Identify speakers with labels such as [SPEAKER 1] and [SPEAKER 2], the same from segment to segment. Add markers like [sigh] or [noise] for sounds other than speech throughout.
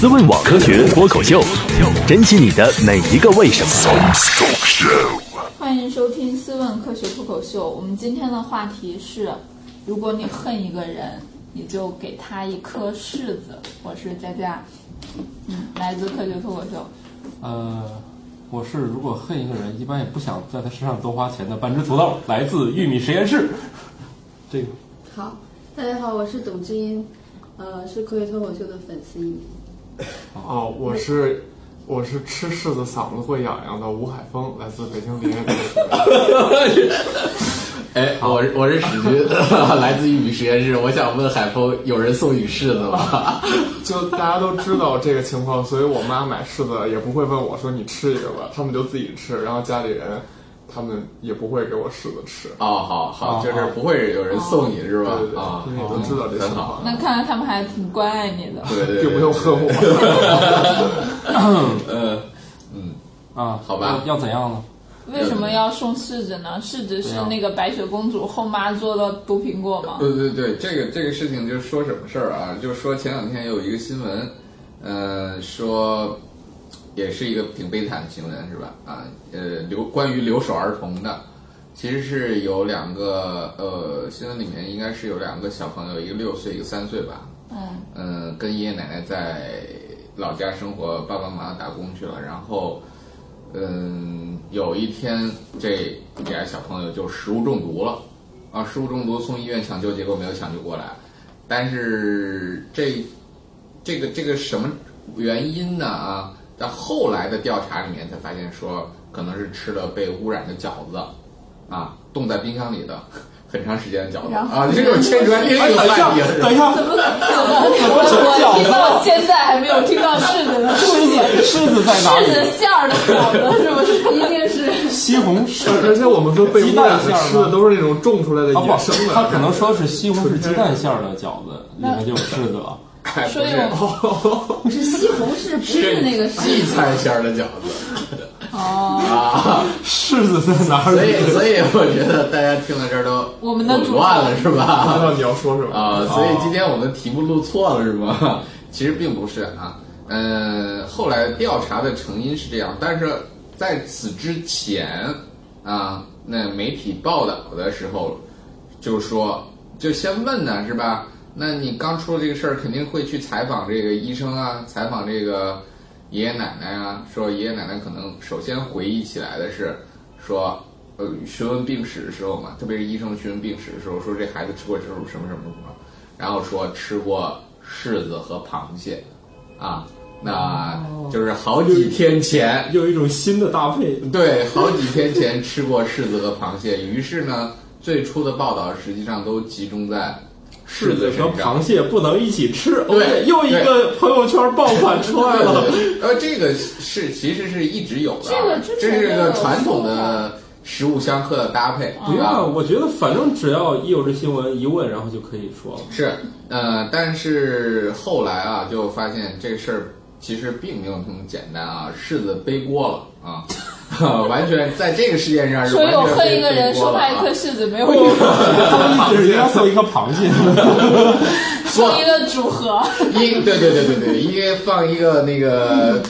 [SPEAKER 1] 思问网科学脱口秀，珍惜你的每一个为什么。
[SPEAKER 2] 欢迎收听《思问科学脱口秀》。我们今天的话题是：如果你恨一个人，你就给他一颗柿子。我是佳佳，嗯，来自科学脱口秀。
[SPEAKER 3] 呃，我是如果恨一个人，一般也不想在他身上多花钱的半只土豆，来自玉米实验室。 [laughs] 这个
[SPEAKER 4] 好，大家好，我是董志英，呃，是科学脱口秀的粉丝一名。
[SPEAKER 5] 哦，我是我是吃柿子嗓子会痒痒的吴海峰，来自北京林业大学。 [laughs]
[SPEAKER 6] 哎，我是我是史军， [laughs] 来自于雨实验室。我想问海峰，有人送你柿子
[SPEAKER 5] [laughs]
[SPEAKER 6] 吗？
[SPEAKER 5] 就大家都知道这个情况，所以我妈买柿子也不会问我说你吃一个吧，他们就自己吃，然后家里人他们也不会给我柿子吃。
[SPEAKER 6] 哦，好好，就是不会有人送你是吧
[SPEAKER 5] 对对？对，
[SPEAKER 6] 啊，
[SPEAKER 5] 因为都知道这情况，
[SPEAKER 2] 那看来他们还挺关爱你的。
[SPEAKER 6] 对对，
[SPEAKER 5] 就不用
[SPEAKER 6] 喝。
[SPEAKER 5] 恨我。
[SPEAKER 6] 呃，
[SPEAKER 3] 啊，
[SPEAKER 6] 好吧
[SPEAKER 3] 要要怎样呢？
[SPEAKER 2] 为什么要送柿子呢？柿子是那个白雪公主后妈做的毒苹果吗？
[SPEAKER 6] 对对对，这个这个事情就是说什么事儿啊？就是说前两天有一个新闻，呃，说也是一个挺悲惨的新闻是吧？啊，呃，留关于留守儿童的，其实是有两个呃，新闻里面应该是有两个小朋友，一个六岁，一个三岁吧，
[SPEAKER 2] 嗯，
[SPEAKER 6] 嗯，跟爷爷奶奶在老家生活，爸爸妈妈打工去了。然后，嗯，有一天这俩小朋友就食物中毒了，啊，食物中毒送医院抢救，结果没有抢救过来。但是这这个这个什么原因呢？啊，在后来的调查里面才发现说，可能是吃了被污染的饺子，啊，冻在冰箱里的。很长时间的饺子
[SPEAKER 2] 然后
[SPEAKER 6] 啊，这种牵扯也有烂
[SPEAKER 3] [laughs]
[SPEAKER 6] 泥，
[SPEAKER 3] 等一
[SPEAKER 6] [laughs]
[SPEAKER 3] 下，
[SPEAKER 2] 我我听到现在还没有听到柿子的出现，
[SPEAKER 3] 柿子在哪
[SPEAKER 2] 柿
[SPEAKER 3] 里？
[SPEAKER 2] 子馅儿的饺子是不是？一定是
[SPEAKER 3] 西红柿
[SPEAKER 5] [laughs]
[SPEAKER 3] [laughs]
[SPEAKER 5] 而且我们说被污染的吃的都是那种种出来的
[SPEAKER 3] 啊，
[SPEAKER 5] 野
[SPEAKER 3] 不
[SPEAKER 5] 生，的，
[SPEAKER 3] 他可能说是西红柿鸡蛋馅儿的饺子，里面就有柿子了。
[SPEAKER 6] 哎
[SPEAKER 2] 所以
[SPEAKER 6] 不是
[SPEAKER 2] 我们
[SPEAKER 4] 是西红柿，不是那个
[SPEAKER 6] 荠菜馅儿的饺子
[SPEAKER 2] 哦。
[SPEAKER 6] 啊，
[SPEAKER 3] 柿子在哪
[SPEAKER 6] 所以
[SPEAKER 3] 里？
[SPEAKER 6] 所以我觉得大家听到这儿都
[SPEAKER 2] 我们的主
[SPEAKER 6] 混乱了是
[SPEAKER 5] 不 [laughs] 知
[SPEAKER 6] 吧？
[SPEAKER 5] 道你要说什么。
[SPEAKER 6] 啊，所以今天我们题目录错了是吗？ [laughs] 其实并不是啊，呃，后来调查的成因是这样，但是在此之前啊，那媒体报道的时候就说，就先问呢，是吧？那你刚出了这个事儿，肯定会去采访这个医生啊，采访这个爷爷奶奶啊。说爷爷奶奶可能首先回忆起来的是，说，呃，询问病史的时候嘛，特别是医生询问病史的时候，说这孩子吃过这种什么什么什么，然后说吃过柿子和螃蟹，啊，那就是好几天前，
[SPEAKER 3] 有一种新的搭配，
[SPEAKER 6] 对，好几天前吃过柿子和螃蟹，于是呢，最初的报道实际上都集中在柿子身上。
[SPEAKER 3] 蟹不能一起吃。
[SPEAKER 6] 对
[SPEAKER 3] OK，个朋友圈爆款出来
[SPEAKER 6] 对对对呃，这个是其实是一直有的
[SPEAKER 2] 这个
[SPEAKER 6] 啊，
[SPEAKER 2] 之
[SPEAKER 6] 这
[SPEAKER 2] 前
[SPEAKER 6] 是
[SPEAKER 2] 都有
[SPEAKER 6] 个传统
[SPEAKER 2] 说过
[SPEAKER 6] 的食物相克的搭配，
[SPEAKER 3] 不
[SPEAKER 6] 对吧？
[SPEAKER 3] 要，我觉得反正只要一有这新闻一问，然后就可以 [laughs] 说了。
[SPEAKER 6] 是，呃，但是后来啊，就发现这事儿其实并没有那么简单啊，柿子背锅了啊，完全在这个事件上是
[SPEAKER 2] 所
[SPEAKER 6] 完
[SPEAKER 2] 以我
[SPEAKER 6] 全
[SPEAKER 2] 恨一
[SPEAKER 6] 被
[SPEAKER 2] 个人，
[SPEAKER 6] 背锅
[SPEAKER 2] 送
[SPEAKER 6] 了
[SPEAKER 2] 他一
[SPEAKER 6] 啊
[SPEAKER 2] 颗。柿子没有用，
[SPEAKER 3] 意思是人家送一颗螃蟹， [laughs]
[SPEAKER 2] 送一个组合。
[SPEAKER 6] 一对对对对对，应该放一个那个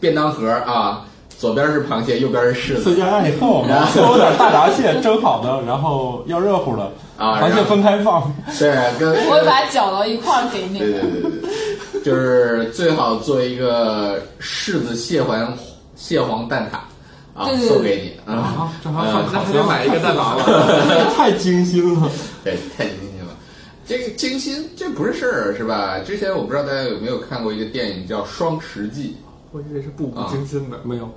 [SPEAKER 6] 便当盒啊，左边是螃蟹，右边是柿
[SPEAKER 3] 增
[SPEAKER 6] 子
[SPEAKER 3] 加爱好
[SPEAKER 6] 啊
[SPEAKER 3] 嘛，搜点大闸蟹蒸好的，然后要热乎的，
[SPEAKER 6] 啊，
[SPEAKER 3] 螃蟹
[SPEAKER 6] 然后
[SPEAKER 3] 分开放。
[SPEAKER 6] 对，跟
[SPEAKER 2] [laughs] 我会把它搅到一块儿给你
[SPEAKER 6] 对
[SPEAKER 2] 的。
[SPEAKER 6] 对对对对，就是最好做一个柿子蟹黄蟹黄蛋挞啊，
[SPEAKER 2] 对对对
[SPEAKER 6] 送给你啊，
[SPEAKER 5] 啊，正好那还得买一个蛋挞了。
[SPEAKER 3] 太精心了，
[SPEAKER 6] 对，太精心了。这个精心这不是事儿是吧？之前我不知道大家有没有看过一个电影叫《双十记》。
[SPEAKER 5] 我以为是步步
[SPEAKER 6] 啊
[SPEAKER 5] 惊心的。
[SPEAKER 3] 没有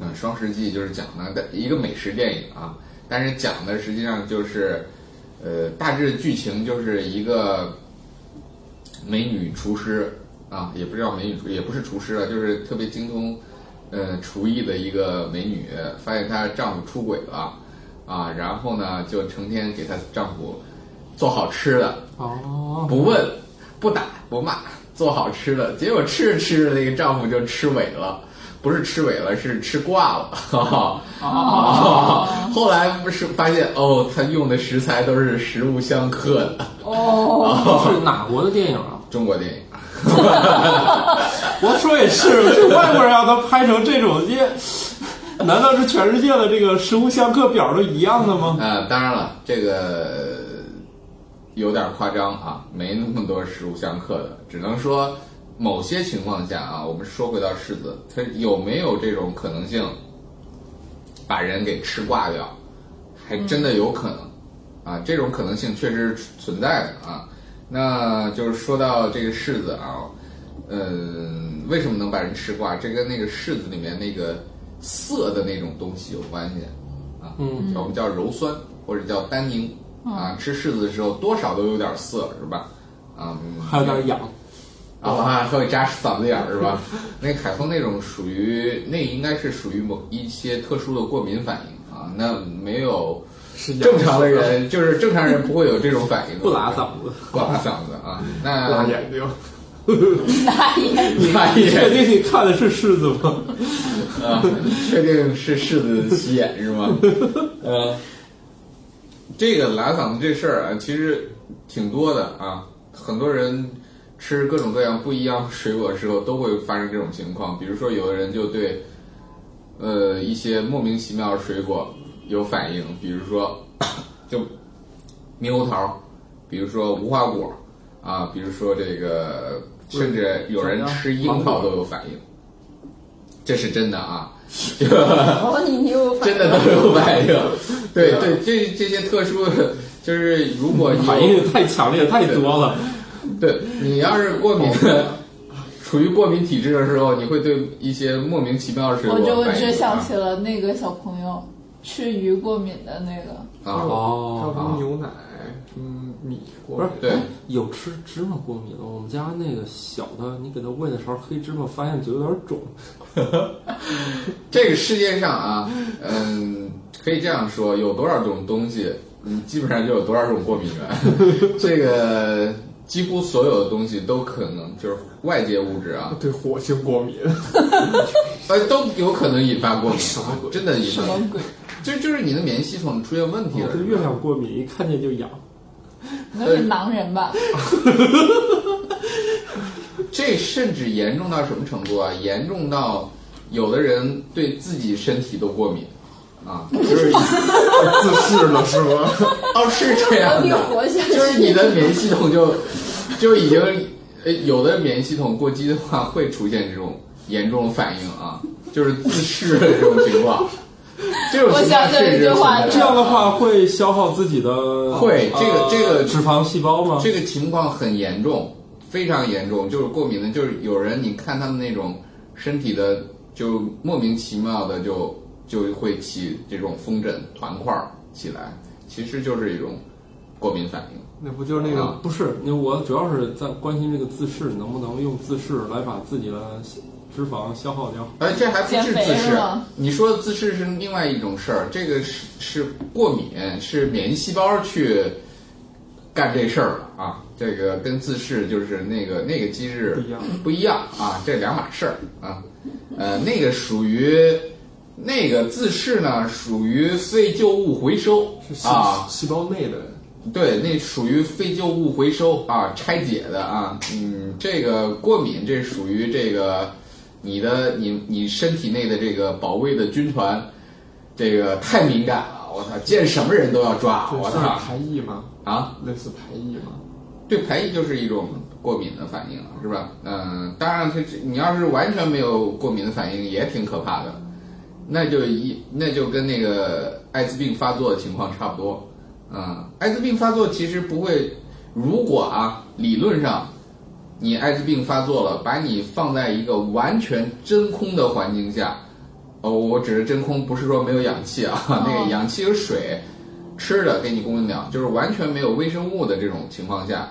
[SPEAKER 6] 嗯，《双世纪》就是讲的一个美食电影啊，但是讲的实际上就是，呃，大致剧情就是一个美女厨师啊，也不知道美女厨也不是厨师了，就是特别精通呃厨艺的一个美女，发现她丈夫出轨了啊，然后呢就成天给她丈夫做好吃的，
[SPEAKER 3] 哦，
[SPEAKER 6] 不问、不打、不骂，做好吃的。结果吃着吃着，那个丈夫就吃萎了，不是吃萎了，是吃挂了。哈哈。啊！ [laughs] 后来不是发现哦，他用的食材都是食物相克的。
[SPEAKER 2] 哦，
[SPEAKER 3] 是哪国的电影啊？
[SPEAKER 6] 中国电影，
[SPEAKER 3] 我说也是，这外国人让他拍成这种，也难道是全世界的这个食物相克表都一样的吗？
[SPEAKER 6] 呃，当然了，这个有点夸张啊，没那么多食物相克的，只能说某些情况下啊，我们说回到柿子，它有没有这种可能性把人给吃挂掉？还真的有可能、啊，这种可能性确实存在的啊。那就是说到这个柿子啊，嗯，为什么能把人吃挂？这跟那个柿子里面那个涩的那种东西有关系啊。
[SPEAKER 3] 嗯，
[SPEAKER 6] 我们叫鞣酸或者叫单宁啊。吃柿子的时候多少都有点涩，是吧？啊、嗯，
[SPEAKER 3] 还有点痒，
[SPEAKER 6] 啊，我还会扎嗓子眼儿是吧？ [laughs] 那凯风那种属于那应该是属于某一些特殊的过敏反应啊，那没有
[SPEAKER 5] 是
[SPEAKER 6] 正常的人，就是正常人不会有这种反应的，
[SPEAKER 3] [laughs] 不拉嗓子。
[SPEAKER 6] 不拉嗓子啊。那
[SPEAKER 5] 拉眼睛，
[SPEAKER 2] 那也
[SPEAKER 6] 拉
[SPEAKER 3] 你确
[SPEAKER 6] 眼 [laughs]
[SPEAKER 3] 定你看的是柿子吗？
[SPEAKER 6] 啊，确定是柿子洗眼是吗？呃，这个拉嗓子这事儿啊，其实挺多的啊，很多人吃各种各样不一样水果的时候都会发生这种情况，比如说有的人就对呃一些莫名其妙的水果有反应，比如说 [coughs] 就猕猴桃，比如说无花果啊，比如说这个，甚至有人吃樱桃都有反应，这是真的啊。
[SPEAKER 4] 哦，你你有反
[SPEAKER 6] 真的都有反应。对对，这这些特殊的，就是如果你有
[SPEAKER 3] 反应也太强烈太多了，
[SPEAKER 6] 对你要是过敏，处于过敏体质的时候，你会对一些莫名其妙的水
[SPEAKER 2] 我
[SPEAKER 6] 果
[SPEAKER 2] 就我
[SPEAKER 6] 反应
[SPEAKER 2] 只
[SPEAKER 6] 啊
[SPEAKER 2] 想起了那个小朋友吃鱼过敏的那个， [laughs]
[SPEAKER 6] 啊，
[SPEAKER 5] 还
[SPEAKER 3] 哦
[SPEAKER 5] 有什么牛奶、什么米
[SPEAKER 3] 不
[SPEAKER 5] 过
[SPEAKER 3] 是
[SPEAKER 5] 敏，
[SPEAKER 6] 对
[SPEAKER 3] 哎有吃芝麻过敏的，我们家那个小的，你给它喂的时候，黑芝麻发现嘴有点肿，
[SPEAKER 6] 这个世界
[SPEAKER 2] [laughs]
[SPEAKER 6] 上啊，嗯，可以这样说，有多少种东西，你基本上就有多少种过敏源。这个几乎所有的东西都可能就是外界物质啊，
[SPEAKER 5] 对火星过敏，
[SPEAKER 6] 呃，都有可能引发过敏
[SPEAKER 5] 什么
[SPEAKER 6] 啊，
[SPEAKER 5] 鬼
[SPEAKER 6] 真的引
[SPEAKER 2] 什
[SPEAKER 6] 发
[SPEAKER 2] 么鬼？
[SPEAKER 6] 就就是你的免疫系统出现问题
[SPEAKER 3] 我
[SPEAKER 6] 了。
[SPEAKER 3] 对哦月亮过敏，一看见就痒。
[SPEAKER 2] 那是盲人吧？
[SPEAKER 6] 这甚至严重到什么程度啊？严重到有的人对自己身体都过敏
[SPEAKER 2] [laughs]
[SPEAKER 6] 啊，就是
[SPEAKER 5] 自噬了是吗？
[SPEAKER 6] [laughs] 哦是这样
[SPEAKER 2] 哎
[SPEAKER 4] 病
[SPEAKER 6] 的，
[SPEAKER 4] 活下去，
[SPEAKER 6] [laughs] 就是你的免疫系统就就已经呃有的免疫系统过激的话会出现这种严重的反应啊，就是自噬的这种情况。这种
[SPEAKER 2] 我
[SPEAKER 6] 情况
[SPEAKER 2] 想起了
[SPEAKER 6] 确
[SPEAKER 2] 一
[SPEAKER 6] 实
[SPEAKER 2] 句话
[SPEAKER 6] 存在
[SPEAKER 3] 这样的话会消耗自己的
[SPEAKER 6] 会这个
[SPEAKER 3] 呃
[SPEAKER 6] 这个
[SPEAKER 3] 脂肪细胞吗？
[SPEAKER 6] 这个情况很严重，非常严重，就是过敏的，就是有人你看他们那种身体的，就莫名其妙的就就会起这种风疹、团块儿起来，其实就是一种过敏反应。
[SPEAKER 5] 那不就是那
[SPEAKER 6] 啊
[SPEAKER 5] 个
[SPEAKER 3] 不是，那我主要是在关心这个自噬能不能用自噬来把自己的脂肪消耗掉。
[SPEAKER 6] 哎，这还不
[SPEAKER 2] 减
[SPEAKER 6] 是
[SPEAKER 2] 肥
[SPEAKER 6] 自
[SPEAKER 2] 是
[SPEAKER 6] 噬
[SPEAKER 2] 吗，
[SPEAKER 6] 你说的自噬是另外一种事儿，这个是是过敏，是免疫细胞去干这事儿了啊。这个跟自噬就是那个那个机制
[SPEAKER 5] 不一样
[SPEAKER 6] 不一样啊，这两码事儿啊。呃，那个属于那个自噬呢，属于废旧物回收
[SPEAKER 5] 是细
[SPEAKER 6] 啊，
[SPEAKER 5] 细胞内的
[SPEAKER 6] 对，那属于废旧物回收啊，拆解的啊。嗯，这个过敏，这属于这个你的你你身体内的这个保卫的军团，这个太敏感了，我操，见什么人都要抓，
[SPEAKER 5] 对
[SPEAKER 6] 啊我
[SPEAKER 5] 算
[SPEAKER 6] 操
[SPEAKER 5] 是排异吗？
[SPEAKER 6] 啊！
[SPEAKER 5] 类似排异吗？
[SPEAKER 6] 对排异就是一种过敏的反应，是吧？嗯、当然它，你要是完全没有过敏的反应，也挺可怕的。那就一那就跟那个艾滋病发作的情况差不多。嗯，艾滋病发作其实不会，如果啊，理论上你艾滋病发作了，把你放在一个完全真空的环境下，哦，我指的真空不是说没有氧气啊， [laughs] 那个氧气有水、吃的给你供应量，就是完全没有微生物的这种情况下，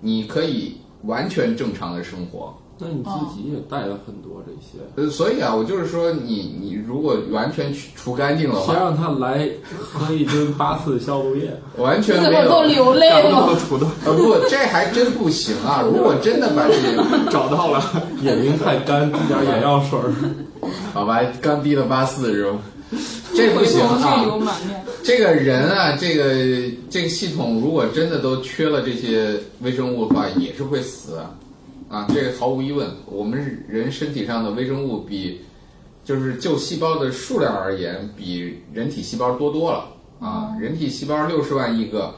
[SPEAKER 6] 你可以完全正常的生活。
[SPEAKER 3] 那你
[SPEAKER 2] 哦
[SPEAKER 3] 自己也带了很多这些，
[SPEAKER 6] 呃，所以啊，我就是说你你如果完全去除干净的
[SPEAKER 3] 谁
[SPEAKER 6] 话，
[SPEAKER 3] 让他来喝一吨八次消毒液？
[SPEAKER 6] 完
[SPEAKER 2] 你
[SPEAKER 6] 全
[SPEAKER 2] 怎
[SPEAKER 6] 没
[SPEAKER 2] 么
[SPEAKER 6] 有
[SPEAKER 2] 够流泪
[SPEAKER 5] 找不到
[SPEAKER 2] 吗？
[SPEAKER 5] 土豆，
[SPEAKER 6] 呃，不，这还真不行
[SPEAKER 2] [laughs]
[SPEAKER 6] 啊！如果真的把这个，
[SPEAKER 5] [laughs] 找到了，
[SPEAKER 3] 眼睛太干，滴点眼药水儿。
[SPEAKER 6] 好吧，刚滴了八四是吧？这不
[SPEAKER 2] 回
[SPEAKER 6] 行
[SPEAKER 2] 头去油
[SPEAKER 6] 啊！
[SPEAKER 2] 满面。 [laughs]
[SPEAKER 6] 这个人啊，这个这个系统如果真的都缺了这些微生物的话，也是会死的啊，这个毫无疑问，我们人身体上的微生物比，就是就细胞的数量而言，比人体细胞多多了啊。人体细胞六十万亿个，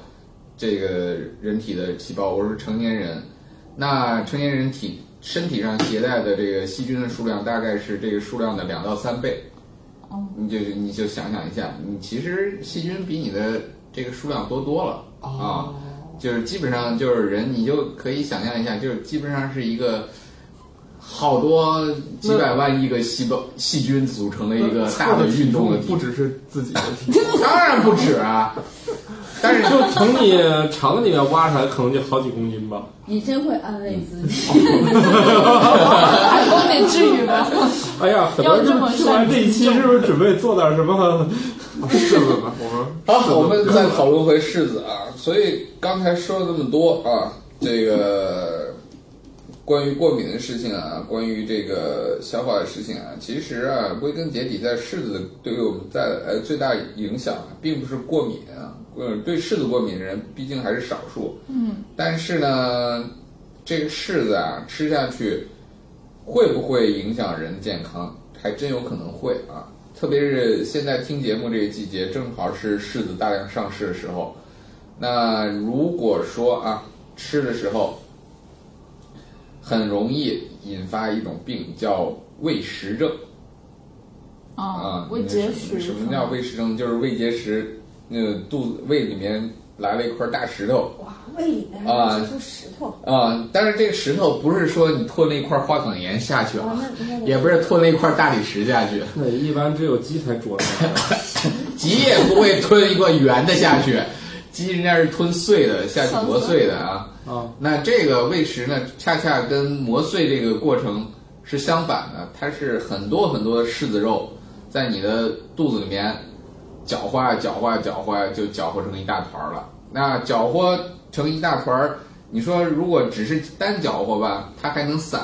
[SPEAKER 6] 这个人体的细胞，我是成年人，那成年人体身体上携带的这个细菌的数量大概是这个数量的两到三倍。
[SPEAKER 2] 哦，
[SPEAKER 6] 你就你就想想一下，你其实细菌比你的这个数量多多了啊，就是基本上就是人，你就可以想象一下，就是基本上是一个好多几百万亿个细胞细菌组成的一个大
[SPEAKER 5] 的 [laughs]
[SPEAKER 6] 的运动的
[SPEAKER 5] 不
[SPEAKER 6] 体，
[SPEAKER 5] 只是自己的体
[SPEAKER 6] 当然不止啊，但是
[SPEAKER 3] 就从你肠里面挖出来，可能就好几公斤吧。
[SPEAKER 4] 你真会安慰自己。
[SPEAKER 2] 我美至于
[SPEAKER 6] [laughs]
[SPEAKER 2] 吗？
[SPEAKER 3] 哎呀，很多人
[SPEAKER 2] 要这么
[SPEAKER 3] 听完这一期是不是准备做点什么？
[SPEAKER 5] 是的吧？我们
[SPEAKER 6] 好，我们再讨论回柿子啊。所以刚才说了这么多啊，这个关于过敏的事情啊，关于这个消化的事情啊，其实啊，归根结底，在柿子对于我们在呃最大影响，并不是过敏啊，呃，对柿子过敏的人毕竟还是少数。
[SPEAKER 2] 嗯，
[SPEAKER 6] 但是呢，这个柿子啊，吃下去会不会影响人健康？还真有可能会啊！特别是现在听节目这个季节，正好是柿子大量上市的时候。那如果说啊，吃的时候很容易引发一种病，叫胃食症
[SPEAKER 2] 啊
[SPEAKER 6] 啊，。
[SPEAKER 2] 胃
[SPEAKER 6] 那
[SPEAKER 2] 结
[SPEAKER 6] 什么
[SPEAKER 2] 石
[SPEAKER 6] 什
[SPEAKER 2] 是
[SPEAKER 6] 么
[SPEAKER 2] 吗
[SPEAKER 6] 叫胃食症？就是胃结石，那个肚子胃里面来了一块大石头，
[SPEAKER 4] 哇，胃里面
[SPEAKER 6] 啊
[SPEAKER 4] 还出石头，
[SPEAKER 6] 啊、但是这个石头不是说你拓那块花岗岩下去啊，
[SPEAKER 4] 哦那那个
[SPEAKER 6] 也不是拓那块大理石下去，
[SPEAKER 3] 那一般只有鸡才啄出来。
[SPEAKER 6] 鸡也不会吞一个圆的下去，鸡人家是吞碎的下去磨碎的啊。
[SPEAKER 3] 啊，
[SPEAKER 6] 那这个喂食呢，恰恰跟磨碎这个过程是相反的，它是很多很多的柿子肉在你的肚子里面搅和搅和搅和，就搅和成一大团儿了。那搅和成一大团儿，你说如果只是单搅和吧，它还能散，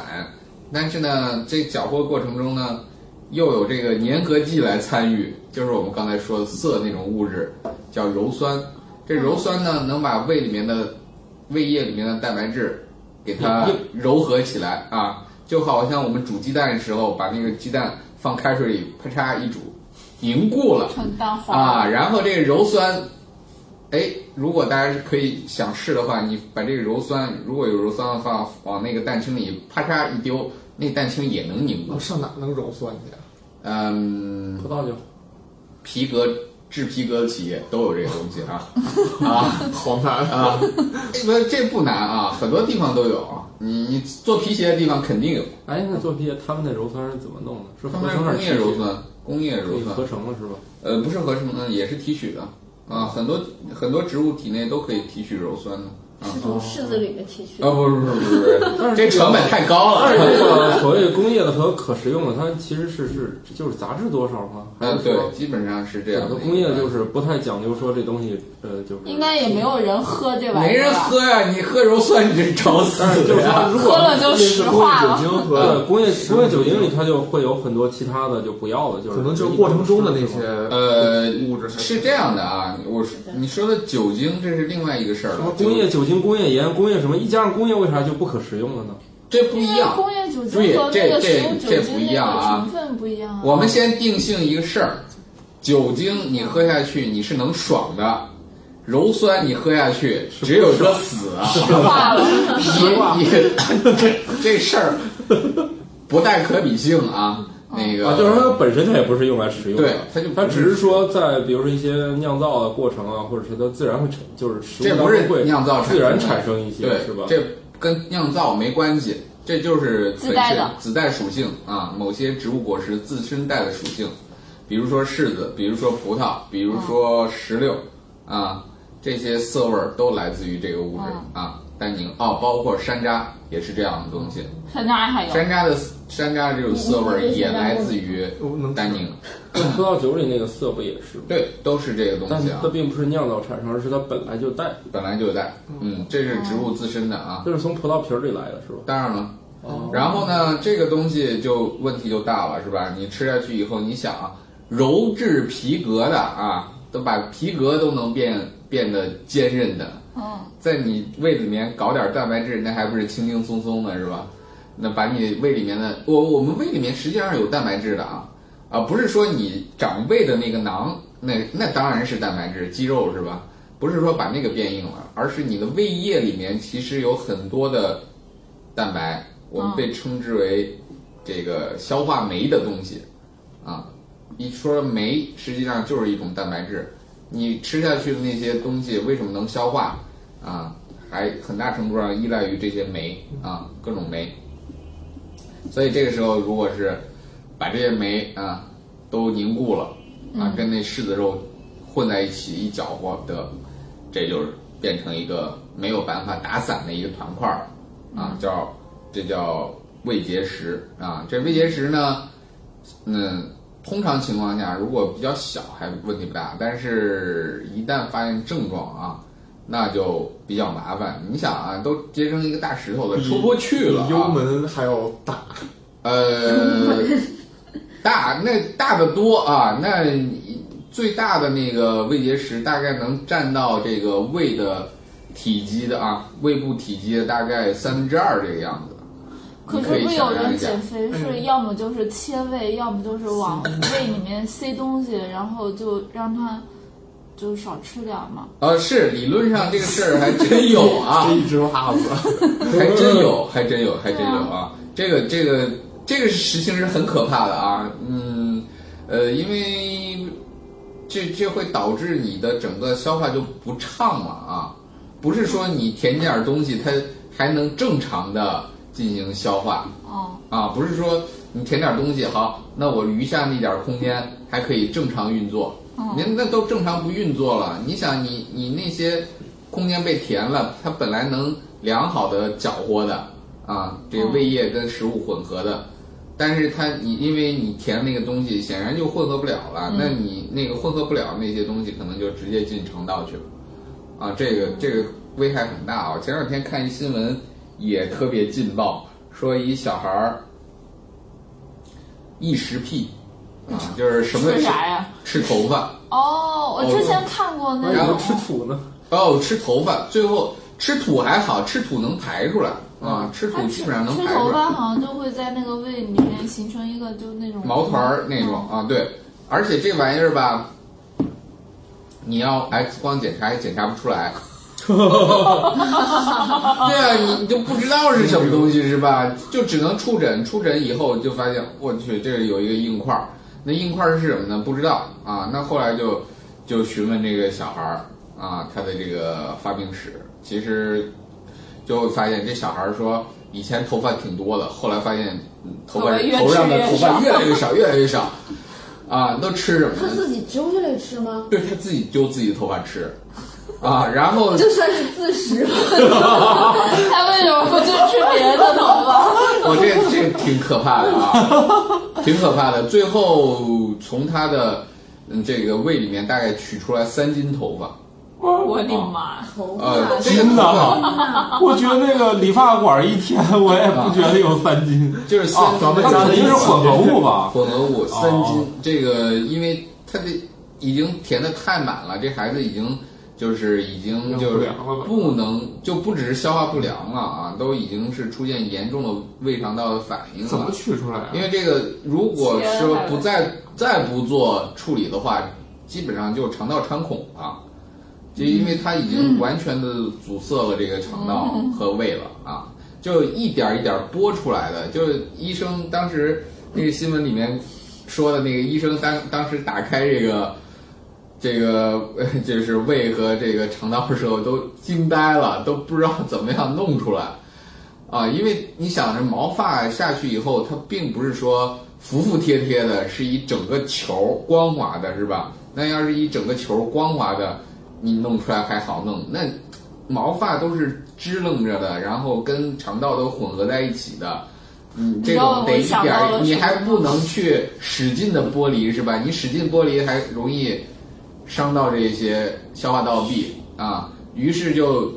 [SPEAKER 6] 但是呢，这搅和过程中呢，又有这个粘合剂来参与，就是我们刚才说的色那种物质，叫鞣酸。这鞣酸呢，能把胃里面的胃液里面的蛋白质给它柔合起来啊，就好像我们煮鸡蛋的时候，把那个鸡蛋放开水里啪嚓一煮，凝固了。
[SPEAKER 2] 成蛋黄
[SPEAKER 6] 啊，然后这个鞣酸，哎，如果大家可以想试的话，你把这个鞣酸，如果有鞣酸的话，往那个蛋清里啪嚓一丢，那蛋清也能凝固
[SPEAKER 5] 能。上哪能揉酸去啊？
[SPEAKER 6] 嗯，
[SPEAKER 3] 葡萄酒。
[SPEAKER 6] 皮革制皮革的企业都有这个东西啊啊
[SPEAKER 5] 好难啊！
[SPEAKER 6] 啊，这个这不难啊，很多地方都有啊。你你做皮鞋的地方肯定有，
[SPEAKER 3] 哎，那做皮鞋他们那鞣酸是怎么弄的？是
[SPEAKER 6] 他
[SPEAKER 3] 合
[SPEAKER 6] 们是
[SPEAKER 3] 成还
[SPEAKER 6] 工
[SPEAKER 3] 是
[SPEAKER 6] 业鞣
[SPEAKER 3] 提取？
[SPEAKER 6] 酸，工业
[SPEAKER 3] 可以
[SPEAKER 6] 鞣酸
[SPEAKER 3] 合成了
[SPEAKER 6] [laughs]
[SPEAKER 3] 是吧？
[SPEAKER 6] 呃，不是合成的，也是提取的啊，很多很多植物体内都可以提取鞣酸的。
[SPEAKER 4] 是从柿子里面提取
[SPEAKER 6] 啊、
[SPEAKER 4] 的。
[SPEAKER 6] 不是不是不是
[SPEAKER 3] [laughs]
[SPEAKER 6] 不是，这成本太高
[SPEAKER 3] 但是
[SPEAKER 6] 了。
[SPEAKER 3] 这个所谓工业的和可食用的，它其实是是就是杂质多少吗？还
[SPEAKER 6] 嗯，
[SPEAKER 3] 是
[SPEAKER 6] 对，
[SPEAKER 3] 说
[SPEAKER 6] 基本上是这样
[SPEAKER 3] 整
[SPEAKER 6] 的
[SPEAKER 3] 个
[SPEAKER 6] 一个。
[SPEAKER 3] 工业就是不太讲究说这东西呃就是
[SPEAKER 2] 应该也没有人喝这玩意儿，
[SPEAKER 6] 没人，喝呀、你喝鞣酸你是找死
[SPEAKER 3] 但是就是
[SPEAKER 6] 呀、
[SPEAKER 3] 说如
[SPEAKER 2] 喝
[SPEAKER 3] 果
[SPEAKER 2] 了就石化
[SPEAKER 5] 酒
[SPEAKER 2] 了。
[SPEAKER 3] [laughs]
[SPEAKER 5] 精
[SPEAKER 3] 对
[SPEAKER 5] 和
[SPEAKER 3] 工业工业酒精里它就会有很多其他的就不要的，就是
[SPEAKER 5] 可能就是过程中的那
[SPEAKER 3] 是
[SPEAKER 5] 些
[SPEAKER 3] 吗
[SPEAKER 6] 呃，
[SPEAKER 5] 物质
[SPEAKER 6] 是这样的啊，我说你说的酒精这是另外一个事儿
[SPEAKER 3] 什
[SPEAKER 6] 了
[SPEAKER 3] 么。工
[SPEAKER 6] 就
[SPEAKER 3] 业酒精、工业盐、工业什么，一加上工业为啥就不可食用了呢？
[SPEAKER 6] 这不一
[SPEAKER 2] 因为
[SPEAKER 6] 样，
[SPEAKER 2] 工业酒精
[SPEAKER 6] 注意
[SPEAKER 2] 和那
[SPEAKER 6] 这
[SPEAKER 2] 个
[SPEAKER 6] 这
[SPEAKER 2] 食用酒
[SPEAKER 6] 这不一
[SPEAKER 2] 精
[SPEAKER 6] 样
[SPEAKER 2] 那个
[SPEAKER 6] 啊
[SPEAKER 2] 成分不一样啊。
[SPEAKER 6] 我们先定性一个事儿：酒精你喝下去你是能爽的，鞣酸你喝下去只有个死啊！
[SPEAKER 2] 化了， [laughs]
[SPEAKER 6] 你你 [laughs] 这这事儿不带可比性啊。那个
[SPEAKER 3] 啊，就是说它本身它也不是用来食用的，
[SPEAKER 6] 对它就不
[SPEAKER 3] 它
[SPEAKER 6] 是
[SPEAKER 3] 只是说在比如说一些酿造的过程啊，或者是它自然会产，就是食物
[SPEAKER 6] 这不
[SPEAKER 3] 当
[SPEAKER 6] 是
[SPEAKER 3] 中会
[SPEAKER 6] 酿造产生
[SPEAKER 3] 自
[SPEAKER 6] 的
[SPEAKER 3] 然产生一些
[SPEAKER 6] 对，
[SPEAKER 3] 是吧？
[SPEAKER 6] 这跟酿造没关系，这就是
[SPEAKER 2] 自带的
[SPEAKER 6] 本身自带属性啊，某些植物果实自身带的属性，比如说柿子，比如说葡萄，比
[SPEAKER 2] 嗯
[SPEAKER 6] 如说石榴、啊，这些涩味儿都来自于这个物质、
[SPEAKER 2] 嗯
[SPEAKER 6] 啊。单宁哦，包括山楂也是这样的东西，
[SPEAKER 2] 山楂还有
[SPEAKER 6] 山楂的山楂的这种涩味儿
[SPEAKER 4] 你你
[SPEAKER 6] 也来自于单宁，
[SPEAKER 3] 跟葡萄酒里那个色不也是吗？
[SPEAKER 6] 对，都是这个东
[SPEAKER 3] 但
[SPEAKER 6] 西
[SPEAKER 3] 是
[SPEAKER 6] 啊
[SPEAKER 3] 它，并不是酿造产生，而是它本来就带，
[SPEAKER 6] 本来就带，嗯，这是植物自身的啊，
[SPEAKER 3] 就是从葡萄皮儿里来的，是吧？
[SPEAKER 6] 当然了。嗯然后呢，这个东西就问题就大了，是吧？你吃下去以后，你想啊，鞣制皮革的啊，都把皮革都能变变得坚韧的，
[SPEAKER 2] 嗯，
[SPEAKER 6] 在你胃里面搞点蛋白质，那还不是轻轻松松的，是吧？那把你胃里面的，我我们胃里面实际上有蛋白质的啊，啊，不是说你长胃的那个囊，那那当然是蛋白质，肌肉是吧？不是说把那个变硬了，而是你的胃液里面其实有很多的蛋白，我们被称之为这个消化酶的东西啊。一说酶，实际上就是一种蛋白质。你吃下去的那些东西为什么能消化啊？还很大程度上依赖于这些酶啊，各种酶。所以这个时候，如果是把这些酶啊都凝固了啊，跟那柿子肉混在一起一搅和，得，这就是变成一个没有办法打散的一个团块儿啊，叫这叫胃结石啊。这胃结石呢，嗯，通常情况下如果比较小还问题不大，但是一旦发现症状啊。那就比较麻烦，你想啊，都结成一个大石头了，出不过去了、啊。
[SPEAKER 5] 比幽门还要大，
[SPEAKER 6] 呃，大那大的多啊，那最大的那个胃结石大概能占到这个胃的体积的啊，胃部体积的大概三分之二这个样子。
[SPEAKER 2] 可
[SPEAKER 6] 你
[SPEAKER 2] 是
[SPEAKER 6] 以
[SPEAKER 2] 不有
[SPEAKER 6] 想象
[SPEAKER 2] 人
[SPEAKER 6] 一下嗯
[SPEAKER 2] 减肥是要么就是切胃，要么就是往胃里面塞东西，然后就让他就少吃点儿嘛。
[SPEAKER 6] 呃，是理论上这个事儿还真有
[SPEAKER 5] [laughs]
[SPEAKER 6] 啊，
[SPEAKER 5] 这一只袜子，
[SPEAKER 6] 还真有，还真有，还真有啊！这个这个这个事情是很可怕的啊，嗯，呃，因为这这会导致你的整个消化就不畅了啊，不是说你填点儿东西它还能正常的进行消化
[SPEAKER 2] 哦，
[SPEAKER 6] 啊，不是说你填点儿东西好，那我余下那点儿空间还可以正常运作，您那都正常不运作了，你想你你那些空间被填了，它本来能良好的搅和的啊，这个胃液跟食物混合的，但是它你因为你填那个东西，显然就混合不了了，
[SPEAKER 2] 嗯
[SPEAKER 6] 那你那个混合不了那些东西，可能就直接进肠道去了。啊，这个这个危害很大啊！前两天看一新闻也特别劲爆，说一小孩儿异食癖
[SPEAKER 2] [laughs]
[SPEAKER 6] 啊，就是什么
[SPEAKER 2] 吃啥呀？
[SPEAKER 6] 吃头发
[SPEAKER 2] 哦，我之前看过那
[SPEAKER 5] 然后
[SPEAKER 2] 个，
[SPEAKER 5] 吃土呢？
[SPEAKER 6] 哦，吃头发，最后吃土还好，吃土能排出来啊，吃
[SPEAKER 2] 嗯他
[SPEAKER 6] 土基
[SPEAKER 2] 吃
[SPEAKER 6] 本上能
[SPEAKER 2] 吃
[SPEAKER 6] 排
[SPEAKER 2] 头
[SPEAKER 6] 出来
[SPEAKER 2] 发，好像就会在那个胃里面形成一个就那种
[SPEAKER 6] 毛团儿那种啊，对，而且这玩意儿吧，你要 X 光检查也检查不出来。对啊，你你就不知道是什么东西是吧？就只能触诊，触诊以后就发现，我去，这有一个硬块儿。那硬块儿是什么呢？不知道啊。那后来就就询问这个小孩儿啊，他的这个发病史，其实就会发现这小孩儿说，以前头发挺多的，后来发现嗯头发
[SPEAKER 2] 头发越
[SPEAKER 6] 头上的
[SPEAKER 2] 吃越少
[SPEAKER 6] 头发越来越少，越来越少。啊，都吃什么
[SPEAKER 4] 他
[SPEAKER 6] 呢？
[SPEAKER 4] 自己揪下来吃吗？
[SPEAKER 6] 对他自己揪自己头发吃，啊，然
[SPEAKER 2] [laughs]
[SPEAKER 6] 后
[SPEAKER 4] 这算是自食吧。
[SPEAKER 2] 他为什么不去吃别人的头发？
[SPEAKER 6] [laughs] 我这这挺可怕的啊，挺可怕的。最后从他的嗯这个胃里面大概取出来三斤头发，
[SPEAKER 2] [laughs] 我的妈！
[SPEAKER 4] 头
[SPEAKER 6] 呃，
[SPEAKER 4] 发
[SPEAKER 6] 这个头
[SPEAKER 3] 真的
[SPEAKER 6] 发
[SPEAKER 3] 啊 [laughs] 我觉得那个理发馆一天我也不觉得有三斤，
[SPEAKER 6] 就是三
[SPEAKER 5] 啊，咱们
[SPEAKER 3] 那
[SPEAKER 5] 家
[SPEAKER 3] 肯
[SPEAKER 5] 里
[SPEAKER 3] 定是混合物吧？
[SPEAKER 6] 混合物三斤
[SPEAKER 3] 哦，
[SPEAKER 6] 这个因为他的已经填的太满了，这孩子已经就是已经就
[SPEAKER 5] 不
[SPEAKER 6] 是
[SPEAKER 5] 良了吧
[SPEAKER 6] 不能就不只是消化不良了啊，都已经是出现严重的胃肠道的反应
[SPEAKER 5] 怎么
[SPEAKER 6] 了。
[SPEAKER 5] 取出来啊？
[SPEAKER 6] 嗯因为这个，如果是不再再不做处理的话，基本上就肠道穿孔了，就因为它已经完全的阻塞了这个肠道和胃了啊，就一点儿一点儿剥出来的。就是医生当时那个新闻里面说的那个医生当当时打开这个。这个 [laughs] 呃就是胃和这个肠道的时候都惊呆了，都不知道怎么样弄出来。啊， [laughs] 因为你想着毛发下去以后，它并不是说服服帖帖的，是一整个球光滑的，是吧？那要是一整个球光滑的，你弄出来还好弄，那毛发都是支棱着的，然后跟肠道都混合在一起的。嗯，这
[SPEAKER 2] 道
[SPEAKER 6] 种得
[SPEAKER 2] 我
[SPEAKER 6] 一
[SPEAKER 2] 想
[SPEAKER 6] 点
[SPEAKER 2] 到
[SPEAKER 6] 儿，
[SPEAKER 2] 了
[SPEAKER 6] 你
[SPEAKER 2] 什么
[SPEAKER 6] 还
[SPEAKER 2] 吗
[SPEAKER 6] 不能去使劲的剥离，是吧？你使劲剥离还容易伤到这些消化道壁啊，于是就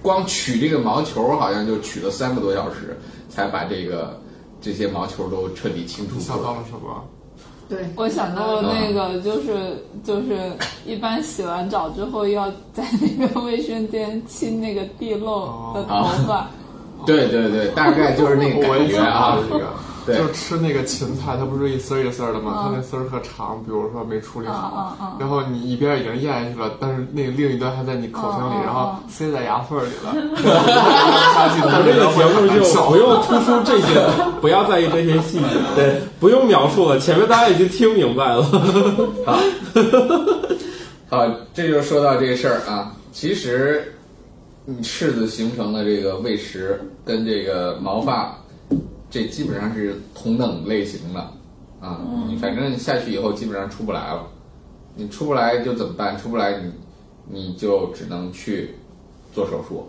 [SPEAKER 6] 光取这个毛球，好像就取了三个多小时，才把这个这些毛球都彻底清除
[SPEAKER 5] 你
[SPEAKER 6] 出
[SPEAKER 5] 想
[SPEAKER 6] 来。
[SPEAKER 5] 到了什么？
[SPEAKER 4] 对，
[SPEAKER 2] 我想到哦
[SPEAKER 6] 嗯
[SPEAKER 2] 那个就是就是一般洗完澡之后要在那个 [laughs] 卫生间亲那个地漏的
[SPEAKER 6] 哦
[SPEAKER 2] 头发，
[SPEAKER 6] 对对对，大概就是那个
[SPEAKER 5] 我
[SPEAKER 6] 感
[SPEAKER 5] 也
[SPEAKER 6] 觉
[SPEAKER 5] 想
[SPEAKER 6] 啊
[SPEAKER 5] 到这。 [laughs] 个。
[SPEAKER 6] 对
[SPEAKER 5] 就吃那个芹菜，它不是一丝儿一丝儿的吗？它那丝儿特长，比如说没处理好，然后你一边已经咽下去了，但是那另一端还在你口腔里，
[SPEAKER 2] 嗯嗯
[SPEAKER 5] 然后塞在牙缝儿里
[SPEAKER 3] [laughs]
[SPEAKER 5] 了。
[SPEAKER 3] 我们这个节目就不用突出这些，不要在意这些细节，对，不用描述了，前面大家已经听明白了。 [laughs]
[SPEAKER 6] 好，这就说到这事儿啊。其实，嗯，赤子形成的这个喂食跟这个毛发，这基本上是同等类型的啊。你反正你下去以后基本上出不来了，你出不来就怎么办？出不来你你就只能去做手术。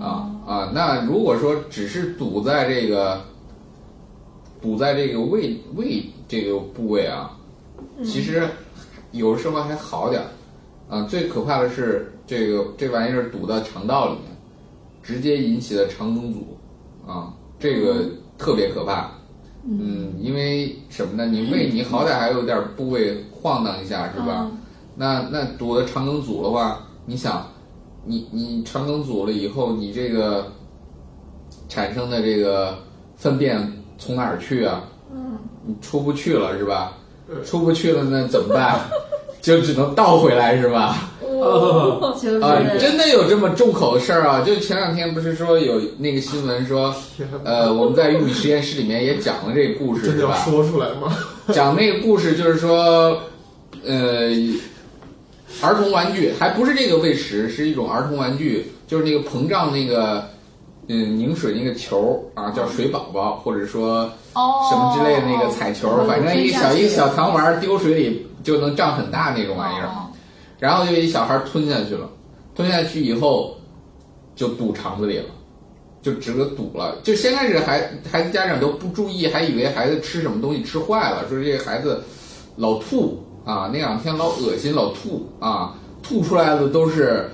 [SPEAKER 6] 啊啊，那如果说只是堵在这个堵在这个胃胃这个部位啊，其实有时候还好点儿，啊，最可怕的是这个这玩意儿堵到肠道里面，直接引起的肠梗阻，啊，这个特别可怕。嗯，因为什么呢？你胃你好歹还有点部位晃荡一下是吧？那那堵的肠梗阻的话，你想，你你肠梗阻了以后，你这个产生的这个粪便从哪儿去啊？你出不去了是吧？出不去了那怎么办？就只能倒回来是吧？
[SPEAKER 4] 就是
[SPEAKER 6] 啊，真的有这么重口的事儿啊！就前两天不是说有那个新闻说，呃，我们在玉米实验室里面也讲了这个故事
[SPEAKER 5] 真的
[SPEAKER 6] 是
[SPEAKER 5] 要
[SPEAKER 6] 吧？
[SPEAKER 5] 说出来吗？
[SPEAKER 6] [laughs] 讲那个故事就是说，呃，儿童玩具还不是这个喂食，是一种儿童玩具，就是那个膨胀那个，嗯，凝水那个球儿啊，叫水宝宝，或者说
[SPEAKER 2] 哦，
[SPEAKER 6] 什么之类的那个彩球儿，
[SPEAKER 4] 哦
[SPEAKER 6] 反正一
[SPEAKER 4] 吞下
[SPEAKER 6] 小
[SPEAKER 4] 去
[SPEAKER 6] 一小糖丸儿丢水里就能胀很大那种玩意儿。
[SPEAKER 2] 哦
[SPEAKER 6] 然后就一小孩吞下去了，吞下去以后就堵肠子里了，就直接堵了。就先开始孩孩子家长都不注意，还以为孩子吃什么东西吃坏了，说这个孩子老吐啊，那两天老恶心老吐啊，吐出来的都是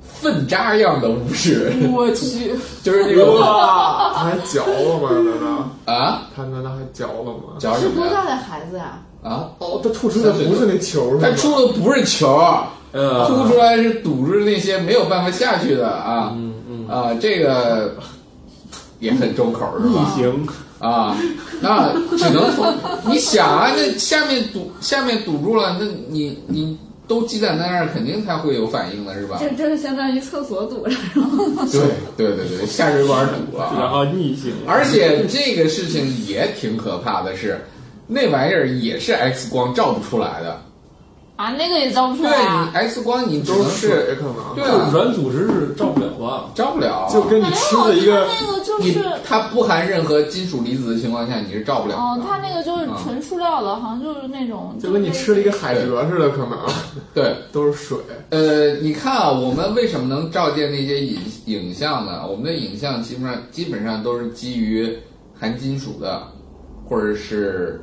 [SPEAKER 6] 粪渣样的物质，
[SPEAKER 2] 我
[SPEAKER 4] [laughs]
[SPEAKER 2] 去，
[SPEAKER 6] [laughs] 就是那种
[SPEAKER 5] 他还嚼了 [laughs] 吗？难道 [laughs]
[SPEAKER 6] 啊，
[SPEAKER 5] 他难道还嚼了吗？
[SPEAKER 6] 嚼什
[SPEAKER 4] 是
[SPEAKER 6] 么
[SPEAKER 4] 多
[SPEAKER 6] 呀？
[SPEAKER 4] 大的孩子啊？
[SPEAKER 6] 啊，
[SPEAKER 5] 哦，他吐出的不是那球
[SPEAKER 6] 他
[SPEAKER 5] 是吗？
[SPEAKER 6] 出的不是球儿。
[SPEAKER 3] 呃，
[SPEAKER 6] 吐出来是堵住那些没有办法下去的啊，啊，这个也很重口是吧？
[SPEAKER 3] 行，
[SPEAKER 6] 啊，那只能从你想啊，那下面堵下面堵住了，那你你都积攒在那儿，肯定它会有反应的是吧？
[SPEAKER 4] 这这是相当于厕所堵着，然后
[SPEAKER 6] 对对对对，下水管堵了
[SPEAKER 3] 然
[SPEAKER 6] 啊，
[SPEAKER 3] 后逆行，
[SPEAKER 6] 而且这个事情也挺可怕的是，那玩意儿也是 X 光照不出来的，
[SPEAKER 2] [laughs] 啊，那个也照不出
[SPEAKER 6] 对
[SPEAKER 2] 来
[SPEAKER 6] 你
[SPEAKER 2] 啊，
[SPEAKER 6] X 光你只
[SPEAKER 5] 都
[SPEAKER 6] 能
[SPEAKER 5] 是
[SPEAKER 6] 是
[SPEAKER 5] 水可能，
[SPEAKER 6] 对啊，
[SPEAKER 3] 软组织是照不了啊。
[SPEAKER 6] 照不了啊，
[SPEAKER 5] 就跟你吃的一个
[SPEAKER 2] 没有哦他那个就
[SPEAKER 6] 你
[SPEAKER 2] 是。
[SPEAKER 6] 它不含任何金属离子的情况下，你是照不了的。
[SPEAKER 2] 哦，它那个就是纯塑料的，好像就是那种，
[SPEAKER 5] 就跟你吃了一个海蜇似的，可能
[SPEAKER 6] 对，
[SPEAKER 5] 都是水。
[SPEAKER 6] 呃，你看啊，我们为什么能照见那些影影像呢？我们的影像基本上基本上都是基于含金属的，或者是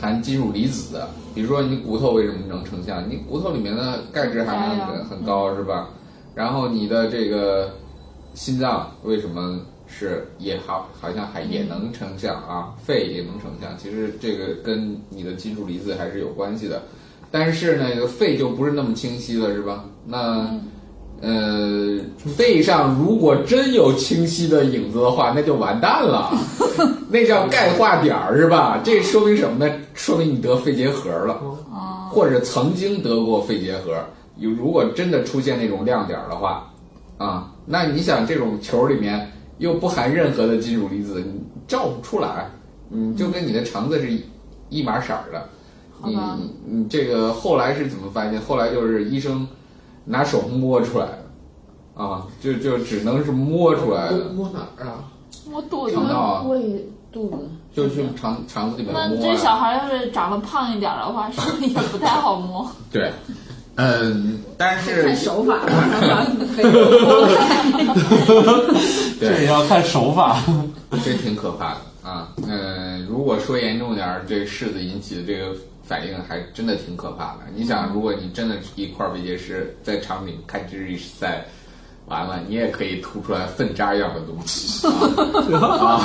[SPEAKER 6] 含金属离子的。比如说你骨头为什么能成像？你骨头里面的钙质含量
[SPEAKER 2] 钙啊
[SPEAKER 6] 很很高，是嗯吧？然后你的这个心脏为什么是也好好像还也能成像啊？肺也能成像，其实这个跟你的金属离子还是有关系的。但是呢，这个肺就不是那么清晰了，是吧？那，呃，肺上如果真有清晰的影子的话，那就完蛋了，
[SPEAKER 2] [laughs]
[SPEAKER 6] 那叫钙化点儿，是吧？这说明什么呢？说明你得肺结核了，
[SPEAKER 2] 哦
[SPEAKER 6] 或者曾经得过肺结核。有如果真的出现那种亮点儿的话，啊，那你想这种球里面又不含任何的金属离子，你照不出来，嗯，就跟你的肠子是一一码色儿的。
[SPEAKER 2] 好
[SPEAKER 6] 你
[SPEAKER 2] 吧
[SPEAKER 6] 你你这个后来是怎么发现？后来就是医生拿手摸出来的，啊，就就只能是摸出来的，
[SPEAKER 5] 摸摸哪儿啊？
[SPEAKER 2] 我肚子
[SPEAKER 6] 肠。道啊，
[SPEAKER 4] 胃肚子。
[SPEAKER 6] 就去肠肠子里面
[SPEAKER 2] 那
[SPEAKER 6] 摸啊
[SPEAKER 2] 这
[SPEAKER 6] 呀。
[SPEAKER 2] 小孩要是长得胖一点的话，是不是也不太好摸？
[SPEAKER 6] 对，嗯，但
[SPEAKER 4] 看
[SPEAKER 6] 是
[SPEAKER 4] [laughs]
[SPEAKER 2] [laughs]
[SPEAKER 4] 手法，手法可以。
[SPEAKER 3] 这
[SPEAKER 6] 对
[SPEAKER 3] 也。要看手法。
[SPEAKER 6] 这挺可怕的啊。嗯、如果说严重点儿，这柿子引起的这个反应还真的挺可怕的。你想，如果你真的一块儿被结石在肠里咔吱一塞，完了，你也可以吐出来粪渣一样的东西啊！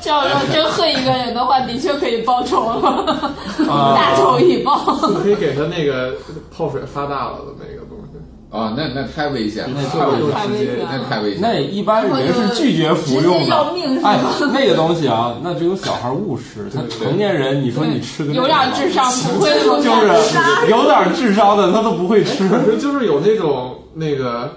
[SPEAKER 2] 这要说真恨一个人的话，的确可以报仇了，
[SPEAKER 5] 啊
[SPEAKER 2] [laughs] 大仇已报。
[SPEAKER 5] 你可以给他那个泡水发大了的那个东西。
[SPEAKER 6] 啊，那那太危险了，
[SPEAKER 3] 那就
[SPEAKER 5] 就
[SPEAKER 2] 太危险了
[SPEAKER 6] 那太危险了。
[SPEAKER 3] 那一般人是拒绝服用
[SPEAKER 2] 直接要
[SPEAKER 3] 的
[SPEAKER 2] 命是。吧
[SPEAKER 3] 哎，那个东西啊，那只有小孩误吃。他成年人，你说你吃个那个
[SPEAKER 2] 有点智商，不会那么
[SPEAKER 3] 就
[SPEAKER 2] 干
[SPEAKER 3] 是有点智商的，他都不会吃。
[SPEAKER 5] 反正就是有那种那个，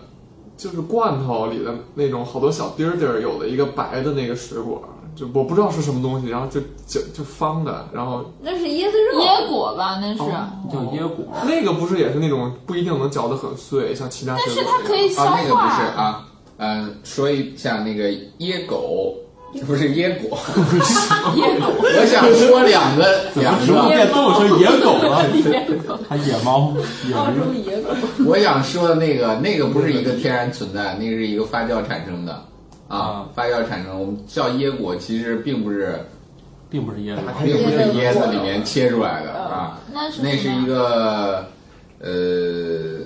[SPEAKER 5] 就是罐头里的那种好多小丁儿丁儿，有的一个白的那个水果，就我不知道是什么东西，然后就就就方的，然后
[SPEAKER 4] 那是椰子肉，
[SPEAKER 2] 椰果吧，那是。
[SPEAKER 3] 叫椰果，
[SPEAKER 5] 那个不是也是那种不一定能嚼得很碎，像其他水
[SPEAKER 2] 但
[SPEAKER 5] 果
[SPEAKER 2] 是
[SPEAKER 5] 一样。
[SPEAKER 2] 它可以消
[SPEAKER 6] 啊，那个不
[SPEAKER 2] 化
[SPEAKER 6] 是，啊，嗯，说一下那个椰狗，不是椰果，
[SPEAKER 2] [laughs] 椰果，
[SPEAKER 6] [laughs] 我想说两个两
[SPEAKER 3] 如果
[SPEAKER 6] 个，
[SPEAKER 3] 变动物成野狗了，
[SPEAKER 2] 椰果，
[SPEAKER 3] 还野猫、野
[SPEAKER 2] 哦
[SPEAKER 4] 澳洲
[SPEAKER 3] 驴。
[SPEAKER 4] 野狗，
[SPEAKER 6] 我想说的那个那个不是一个天然存在，那个是一个发酵产生的啊
[SPEAKER 3] 啊，
[SPEAKER 6] 发酵产生的，我们叫椰果，其实并不是
[SPEAKER 3] 并不是椰果，
[SPEAKER 6] 并不是椰子里面切出来的啊，
[SPEAKER 2] 那是
[SPEAKER 6] 那是
[SPEAKER 2] 什么
[SPEAKER 6] 一个呃，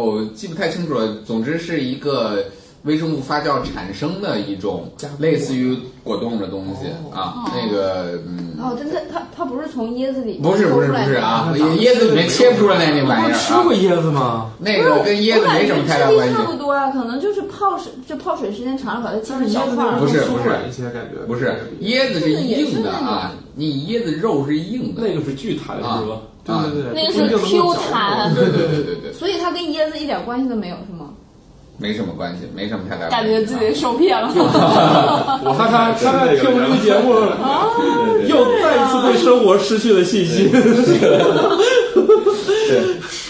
[SPEAKER 6] 我记不太清楚了，总之是一个微生物发酵产生的一种类似于果冻的东西啊，那个嗯。
[SPEAKER 4] 哦，真的，它它不是从椰子里
[SPEAKER 6] 不是不是不是啊，椰子里面切不出来那那玩意儿、
[SPEAKER 3] 吃过
[SPEAKER 6] 啊，
[SPEAKER 3] 椰子吗？
[SPEAKER 6] 那个跟椰子没什么太大关
[SPEAKER 4] 我感
[SPEAKER 6] 系
[SPEAKER 4] 觉质地。差不多啊，可能就是泡水，就泡水时间长了，把它切成小块儿。
[SPEAKER 6] 不是
[SPEAKER 5] 更松软一些感觉，
[SPEAKER 6] 不是椰子是硬的啊，你椰子肉是硬的。
[SPEAKER 3] 那个是巨弹
[SPEAKER 6] 啊
[SPEAKER 3] 是吧？
[SPEAKER 5] 对对对，
[SPEAKER 2] 那个
[SPEAKER 5] 不一定
[SPEAKER 2] 是 Q
[SPEAKER 5] 能嚼得
[SPEAKER 2] 弹，
[SPEAKER 6] 对对对对对，
[SPEAKER 4] 所以它跟椰子一点关系都没有，是吗？
[SPEAKER 6] 没什么关系，没什么太大关系啊。
[SPEAKER 2] 感觉自己受骗了。
[SPEAKER 5] 我
[SPEAKER 3] 他看他看听这 [laughs] 个节目，又再一次对生活失去了信心。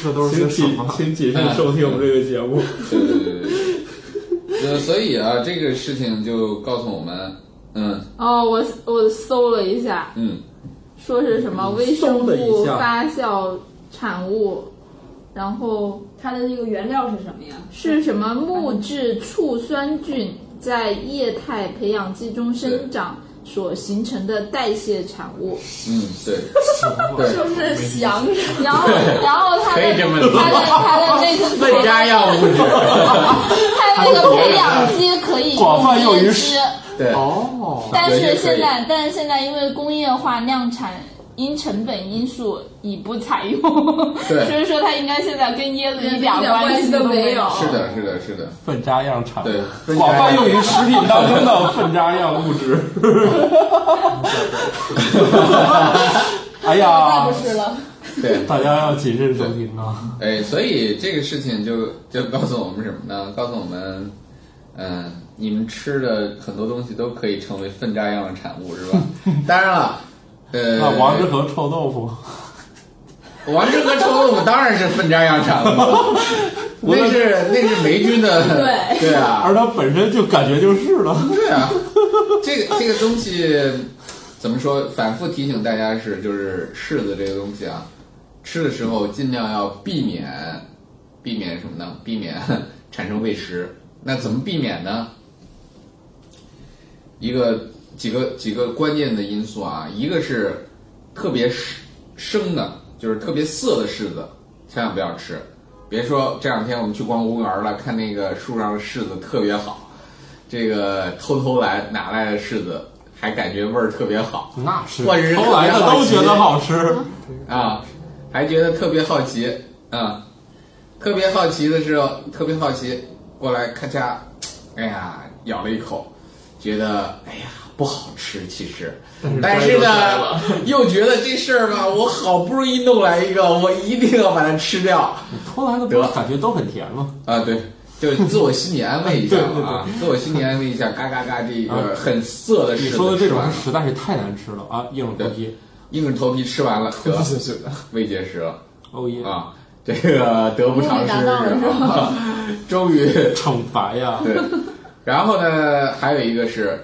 [SPEAKER 5] 这都是
[SPEAKER 3] 请
[SPEAKER 5] 些什
[SPEAKER 3] 谨
[SPEAKER 5] 么？
[SPEAKER 3] 请谨慎收听我们这个节目。
[SPEAKER 6] 对对对对对。呃，所以啊，这个事情就告诉我们，嗯
[SPEAKER 2] 哦，我我搜了一下，
[SPEAKER 6] 嗯，
[SPEAKER 2] 说是什么微生物发酵产物，然后
[SPEAKER 4] 它的这个原料是什么呀？
[SPEAKER 2] 是什么木质醋酸菌在液态培养基中生长所形成的代谢产物，
[SPEAKER 6] 嗯，对，
[SPEAKER 4] 是不是翔是
[SPEAKER 2] 然
[SPEAKER 4] [laughs]
[SPEAKER 2] 后然后它
[SPEAKER 6] 可
[SPEAKER 2] 的
[SPEAKER 6] 以这么理解
[SPEAKER 2] 它的它的那个
[SPEAKER 6] 粪渣药物
[SPEAKER 2] [laughs]
[SPEAKER 6] 质，
[SPEAKER 2] 它那个培养基可以
[SPEAKER 3] 广泛用于
[SPEAKER 2] 椰
[SPEAKER 3] 食
[SPEAKER 2] 汁。
[SPEAKER 6] [laughs] 对，
[SPEAKER 5] 哦，
[SPEAKER 2] 但
[SPEAKER 6] 对
[SPEAKER 2] 是
[SPEAKER 6] 也可以
[SPEAKER 2] 现在，但是现在因为工业化量产，因成本因素已不采用，[laughs]
[SPEAKER 6] 对
[SPEAKER 2] 所以说它应该现在跟椰子一点
[SPEAKER 4] 一点关
[SPEAKER 2] 系
[SPEAKER 4] 系都
[SPEAKER 2] 没
[SPEAKER 4] 没有
[SPEAKER 6] [laughs] 是的，是的，是的，
[SPEAKER 3] 粪渣样产物
[SPEAKER 6] 对，分
[SPEAKER 3] 广
[SPEAKER 6] 开
[SPEAKER 3] 泛用于食品当中的粪渣样物质。哎呀
[SPEAKER 4] 不，啊是了，
[SPEAKER 6] 对。
[SPEAKER 3] 大家要谨慎收听啊！
[SPEAKER 6] 哎，所以这个事情就就告诉我们什么呢？告诉我们，嗯、你们吃的很多东西都可以成为粪渣样的产物，是吧？ [laughs] 当然了， [laughs] 呃，
[SPEAKER 3] 那王致和臭豆腐，
[SPEAKER 6] 王致和臭豆腐当然是粪渣样产 [laughs] 物了，那是那是霉菌的，
[SPEAKER 4] 对
[SPEAKER 6] [laughs] 对啊，
[SPEAKER 3] 而它本身就感觉就是了。
[SPEAKER 6] 对啊，这个这个东西怎么说？反复提醒大家是，就是柿子这个东西啊，吃的时候尽量要避免，避免什么呢？避免 [laughs] 产生喂食。那怎么避免呢？一个几个几个关键的因素啊，一个是特别生的，就是特别涩的柿子，千万不要吃。别说这两天我们去逛公园了，看那个树上的柿子特别好，这个偷偷来拿来的柿子，还感觉味儿特别好
[SPEAKER 3] 那是，
[SPEAKER 6] 我是
[SPEAKER 3] 偷来的都觉得好吃。
[SPEAKER 6] 啊，还觉得特别好奇啊，特别好奇的时候，特别好奇过来咔嚓，哎呀，咬了一口，觉得哎呀不好吃，其实，但是呢， [laughs] 又觉得这事儿吧，我好不容易弄来一个，我一定要把它吃掉。
[SPEAKER 3] 偷来的不是感觉都很甜吗？
[SPEAKER 6] 啊，对，就自我心理安慰一
[SPEAKER 3] [laughs]
[SPEAKER 6] 下
[SPEAKER 3] 对对对啊
[SPEAKER 6] 啊，自我心理安慰一下，嘎嘎嘎，这一个很涩的柿
[SPEAKER 3] 你
[SPEAKER 6] 子
[SPEAKER 3] 说的这
[SPEAKER 6] 吃
[SPEAKER 3] 种
[SPEAKER 6] 完了
[SPEAKER 3] 实在是太难吃了啊！硬着头皮，
[SPEAKER 6] 硬着头皮
[SPEAKER 5] [laughs]
[SPEAKER 6] 吃完了，得
[SPEAKER 5] 是是的，
[SPEAKER 6] 胃结石了
[SPEAKER 3] 哦耶，
[SPEAKER 6] 啊，这个得不偿失
[SPEAKER 4] 终于达到了是
[SPEAKER 6] 啊， [laughs] 终于
[SPEAKER 3] 惩罚呀！
[SPEAKER 6] 对。然后呢，还有一个是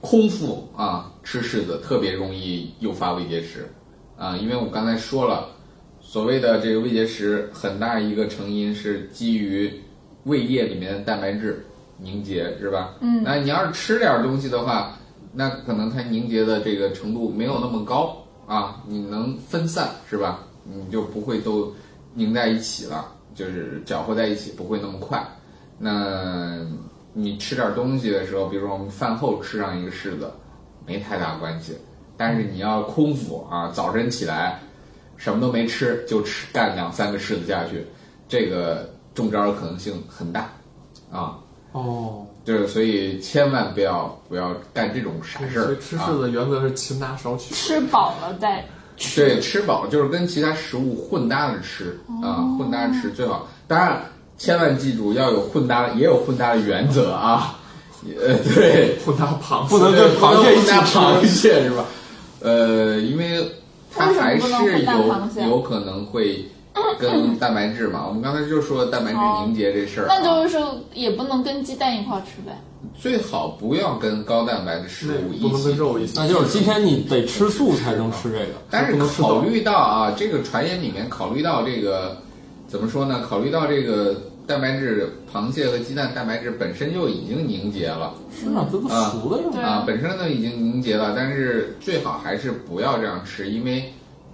[SPEAKER 6] 空腹啊，吃柿子特别容易诱发胃结石啊，因为我刚才说了，所谓的这个胃结石很大一个成因是基于胃液里面的蛋白质凝结，是吧？嗯，那你要是吃点东西的话，那可能它凝结的这个程度没有那么高啊，你能分散是吧？你就不会都凝在一起了，就是搅和在一起，不会那么快。那你吃点东西的时候，比如说我们饭后吃上一个柿子，没太大关系。但是你要空腹啊，早晨起来什么都没吃，就吃干两三个柿子下去，这个中招的可能性很大啊。
[SPEAKER 5] 哦，
[SPEAKER 6] 就是所以千万不要不要干这种傻事
[SPEAKER 5] 所
[SPEAKER 6] 儿
[SPEAKER 5] 以吃
[SPEAKER 6] 啊
[SPEAKER 5] 柿！子原则是勤拿少取。
[SPEAKER 2] 吃饱了再
[SPEAKER 6] 对，吃饱就是跟其他食物混搭着吃啊，混搭着吃最好。当然，千万记住要有混搭，也有混搭的原则啊。呃，对，
[SPEAKER 5] 不拿螃
[SPEAKER 3] 不
[SPEAKER 5] 蟹，
[SPEAKER 3] 能跟螃蟹一起
[SPEAKER 6] 搭
[SPEAKER 3] 吃
[SPEAKER 6] 螃蟹是吧？呃，因为它还是
[SPEAKER 2] 为什么不能混搭螃
[SPEAKER 6] 有
[SPEAKER 2] 蟹
[SPEAKER 6] 有可能会跟蛋白质嘛。我们刚才就说了蛋白质凝结这事儿、啊，
[SPEAKER 2] 哦那就是也不能跟鸡蛋一块儿吃
[SPEAKER 6] [laughs]
[SPEAKER 2] 呗。
[SPEAKER 6] 最好不要跟高蛋白的食物
[SPEAKER 5] 不
[SPEAKER 6] 一
[SPEAKER 5] 能
[SPEAKER 6] 起
[SPEAKER 5] 跟。肉一起。
[SPEAKER 3] 那就是今天你得吃素才能吃这个，
[SPEAKER 6] 但是
[SPEAKER 5] 不能吃
[SPEAKER 6] 考
[SPEAKER 5] 豆
[SPEAKER 6] 虑到啊，这个传言里面考虑到这个怎么说呢？考虑到这个蛋白质，螃蟹和鸡蛋蛋白质本身就已经凝结了。
[SPEAKER 3] 是啊，这不熟的
[SPEAKER 2] 对
[SPEAKER 3] 吗？
[SPEAKER 6] 啊，本身都已经凝结了，但是最好还是不要这样吃，因为，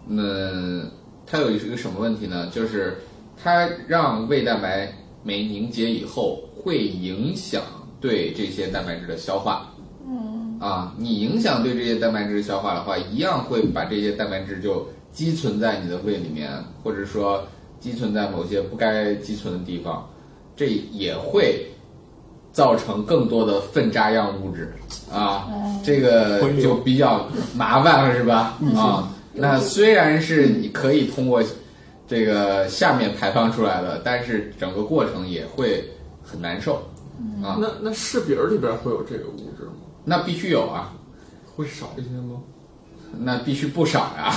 [SPEAKER 6] 嗯，它有一个什么问题呢？就是它让胃蛋白酶凝结以后，会影响对这些蛋白质的消化。嗯。啊，你影响对这些蛋白质消化的话，一样会把这些蛋白质就积存在你的胃里面，或者说积存在某些不该积存的地方，这也会造成更多的粪渣样物质啊，这个就比较麻烦了，是吧？啊，那虽然是你可以通过这个下面排放出来的，但是整个过程也会很难受啊。
[SPEAKER 5] 那那柿饼儿里边会有这个物质吗？
[SPEAKER 6] 那必须有啊，
[SPEAKER 5] 会少一些吗？
[SPEAKER 6] 那必须不少呀、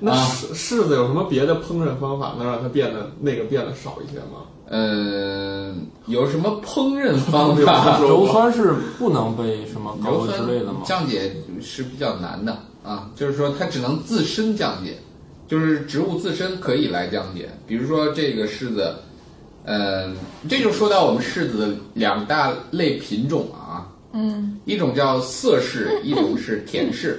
[SPEAKER 5] 那
[SPEAKER 6] 啊
[SPEAKER 5] 柿柿子有什么别的烹饪方法能让它变得那个变得少一些吗？
[SPEAKER 6] 嗯，有什么烹饪方
[SPEAKER 5] 没有听
[SPEAKER 6] 法
[SPEAKER 5] 说？
[SPEAKER 3] 硫酸是不能被什么高
[SPEAKER 6] 硫
[SPEAKER 3] 温
[SPEAKER 6] 酸
[SPEAKER 3] 之类的吗？
[SPEAKER 6] 降解是比较难的啊，就是说它只能自身降解，就是植物自身可以来降解。比如说这个柿子，嗯，这就说到我们柿子的两大类品种了啊，
[SPEAKER 2] 嗯，
[SPEAKER 6] 一种叫涩柿，一种是甜柿。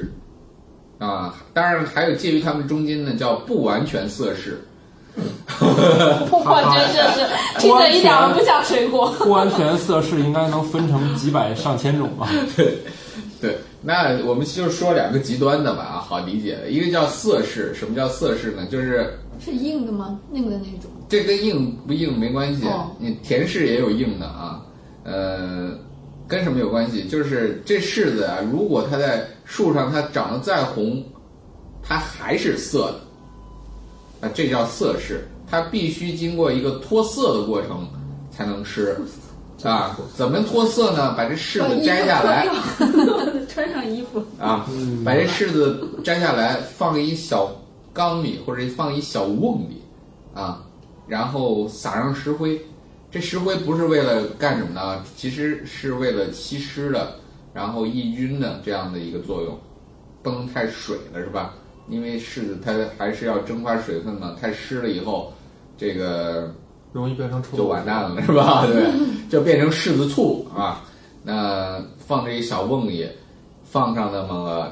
[SPEAKER 6] 啊，当然还有介于它们中间的叫不完全涩柿， [laughs]
[SPEAKER 2] 我觉得这是听着一点儿都不像水果。
[SPEAKER 3] 不完全色柿应该能分成几百上千种吧？
[SPEAKER 6] 对，那我们就说两个极端的吧，啊，好理解的。一个叫涩柿，什么叫涩柿呢？就是
[SPEAKER 4] 是硬的吗？硬的那种。
[SPEAKER 6] 这跟硬不硬没关系
[SPEAKER 4] 哦，
[SPEAKER 6] 你甜柿也有硬的啊。呃，跟什么有关系？就是这柿子啊，如果它在树上它长得再红，它还是涩的，啊，这叫涩柿。它必须经过一个脱色的过程才能吃，啊，怎么脱色呢？把这柿
[SPEAKER 4] 把衣
[SPEAKER 6] 子
[SPEAKER 4] 服
[SPEAKER 6] 摘下来，
[SPEAKER 4] 脱掉穿上 [laughs] 衣服。
[SPEAKER 6] 啊，把这柿子摘下来，放一小缸里或者放一小瓮里，啊，然后撒上石灰。这石灰不是为了干什么呢？其实是为了吸湿的，然后抑菌的这样的一个作用，不能太水了，是吧？因为柿子它还是要蒸发水分嘛，太湿了以后，这个
[SPEAKER 5] 容易变成臭
[SPEAKER 6] 就完蛋了，是吧？对，就变成柿子醋啊。那放这一小瓮里，放上那么个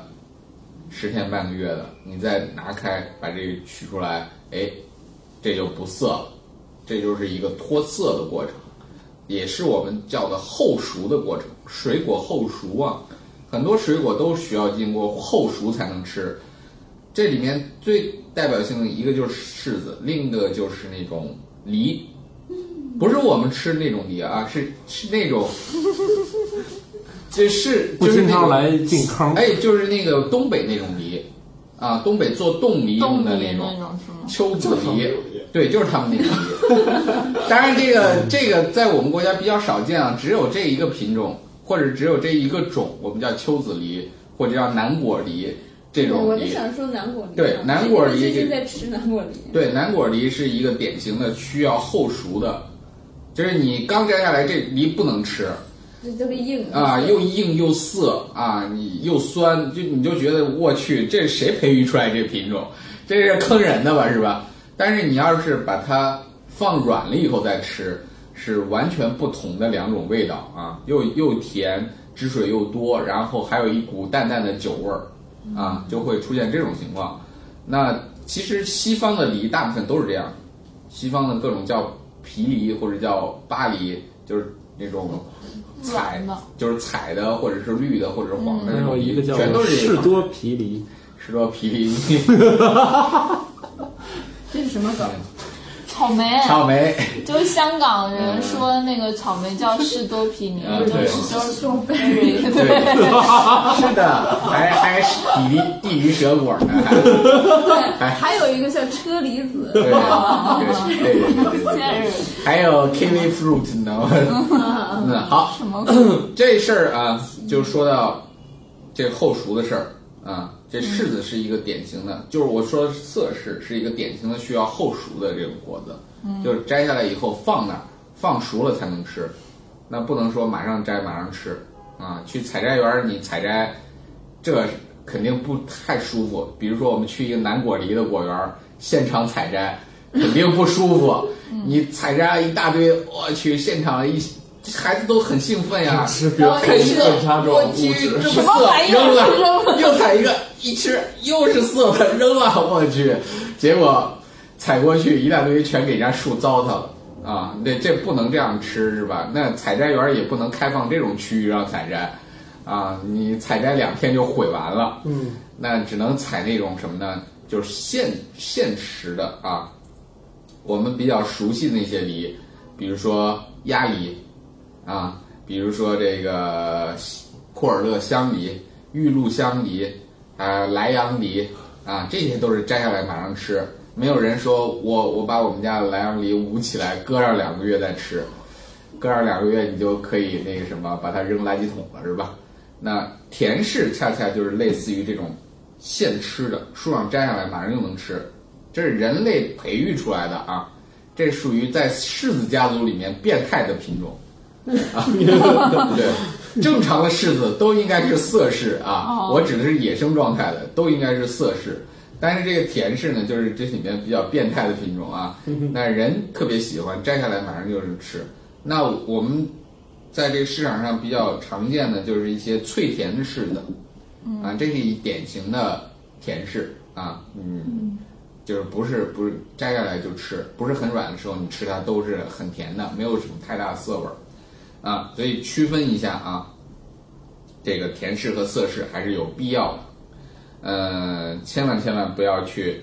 [SPEAKER 6] 十天半个月的，你再拿开把这个取出来，哎，这就不涩了，这就是一个脱色的过程，也是我们叫的后熟的过程。水果后熟啊，很多水果都需要经过后熟才能吃。这里面最代表性的一个就是柿子，另一个就是那种梨，不是我们吃那种梨啊，是是
[SPEAKER 3] [laughs]
[SPEAKER 6] 那种，就是
[SPEAKER 3] 不
[SPEAKER 6] 就是
[SPEAKER 3] 经
[SPEAKER 6] 那
[SPEAKER 3] 常
[SPEAKER 6] 种
[SPEAKER 3] 来进坑，
[SPEAKER 6] 哎，就是那个东北那种梨，啊，东北做冻梨 [laughs] 用
[SPEAKER 2] 冻
[SPEAKER 6] 的
[SPEAKER 2] 梨
[SPEAKER 6] 种
[SPEAKER 2] 种是吗？
[SPEAKER 6] 秋子
[SPEAKER 5] 就是他们那
[SPEAKER 6] 梨
[SPEAKER 5] 种梨，
[SPEAKER 6] 对，就是他们那种梨。 [laughs] 当然，这个这个在我们国家比较少见啊，只有这一个品种，或者只有这一个种，我们叫秋子梨，或者叫南果梨这种
[SPEAKER 4] 我在
[SPEAKER 6] 梨。
[SPEAKER 4] 想说南果梨啊。
[SPEAKER 6] 对南果梨
[SPEAKER 4] 最近在吃南果梨。
[SPEAKER 6] 对，南果梨是一个典型的需要后熟的，就是你刚摘下来这梨不能吃，
[SPEAKER 4] 这特别硬
[SPEAKER 6] 啊，又硬又涩啊，你又酸，就你就觉得我去，这是谁培育出来这品种？这是坑人的吧，是吧？但是你要是把它放软了以后再吃，是完全不同的两种味道啊，又又甜，汁水又多，然后还有一股淡淡的酒味儿啊，就会出现这种情况。那其实西方的梨大部分都是这样，西方的各种叫皮梨或者叫巴梨，就是那种彩
[SPEAKER 2] 软的，
[SPEAKER 6] 就是彩的或者是绿的或者是黄的那
[SPEAKER 3] 然后
[SPEAKER 6] 种
[SPEAKER 3] 嗯一
[SPEAKER 6] 梨，
[SPEAKER 3] 个叫
[SPEAKER 6] 全都是这
[SPEAKER 3] 士
[SPEAKER 6] 个
[SPEAKER 3] 多啤梨，
[SPEAKER 6] 士多啤梨、
[SPEAKER 4] 这是什么梗？
[SPEAKER 2] 草莓，
[SPEAKER 6] 草
[SPEAKER 3] [laughs]
[SPEAKER 6] 莓，
[SPEAKER 2] 就是香港人说那个草莓叫士多啤梨，
[SPEAKER 6] 嗯
[SPEAKER 2] 就是
[SPEAKER 6] 对
[SPEAKER 2] 就是种 berry，
[SPEAKER 6] 对
[SPEAKER 2] 对，
[SPEAKER 6] 是的，还还是地梨地梨蛇果呢，还
[SPEAKER 4] 还有一个叫车厘子，
[SPEAKER 6] 对对对对对对对。
[SPEAKER 2] 现是
[SPEAKER 6] 还有 kiwi fruit，你知道吗？嗯，好，
[SPEAKER 2] 什么？
[SPEAKER 6] 这事儿啊，就说到这后熟的事儿啊。这柿子是一个典型的，就是我说的是侧柿，是一个典型的需要后熟的这种果子，就是摘下来以后放那儿，放熟了才能吃，那不能说马上摘马上吃啊。去采摘园儿你采摘，这肯定不太舒服。比如说我们去一个南果梨的果园儿，现场采摘，肯定不舒服。你采摘一大堆，我去现场一孩子都很兴奋
[SPEAKER 5] [laughs]
[SPEAKER 6] 呀，
[SPEAKER 5] 吃别
[SPEAKER 2] 然后
[SPEAKER 5] 黑
[SPEAKER 2] 一个
[SPEAKER 5] 粉叉
[SPEAKER 6] 我
[SPEAKER 5] 状物
[SPEAKER 6] 去，
[SPEAKER 5] 质，
[SPEAKER 6] 这
[SPEAKER 2] 什么玩意儿
[SPEAKER 6] 扔
[SPEAKER 2] 扔
[SPEAKER 6] 了，又采一个，一吃又是涩的，扔了，我去，结果采过去一大堆，全给人家树糟蹋了啊！那这不能这样吃是吧？那采摘园也不能开放这种区域让采摘啊！你采摘两天就毁完了，
[SPEAKER 3] 嗯，
[SPEAKER 6] 那只能采那种什么呢？就是现现吃的啊，我们比较熟悉的那些梨，比如说鸭梨啊，比如说这个库尔勒香梨、玉露香梨、啊莱阳梨啊，这些都是摘下来马上吃。没有人说我我把我们家的莱阳梨捂起来，搁上两个月再吃，搁上两个月你就可以那个什么，把它扔垃圾桶了，是吧？那甜柿恰恰就是类似于这种现吃的，树上摘下来马上就能吃，这是人类培育出来的啊，这属于在柿子家族里面变态的品种。啊， [laughs] 对，正常的柿子都应该是涩柿啊，
[SPEAKER 2] 哦
[SPEAKER 6] 我指的是野生状态的，都应该是涩柿。但是这个甜柿呢，就是这里面比较变态的品种啊，那人特别喜欢，摘下来马上就是吃。那我们在这个市场上比较常见的就是一些脆甜的柿子，啊，这是一典型的甜柿啊，嗯，就是不是不是摘下来就吃，不是很软的时候你吃它都是很甜的，没有什么太大的涩味儿，啊，所以区分一下啊，这个甜柿和涩柿还是有必要的，呃，千万千万不要去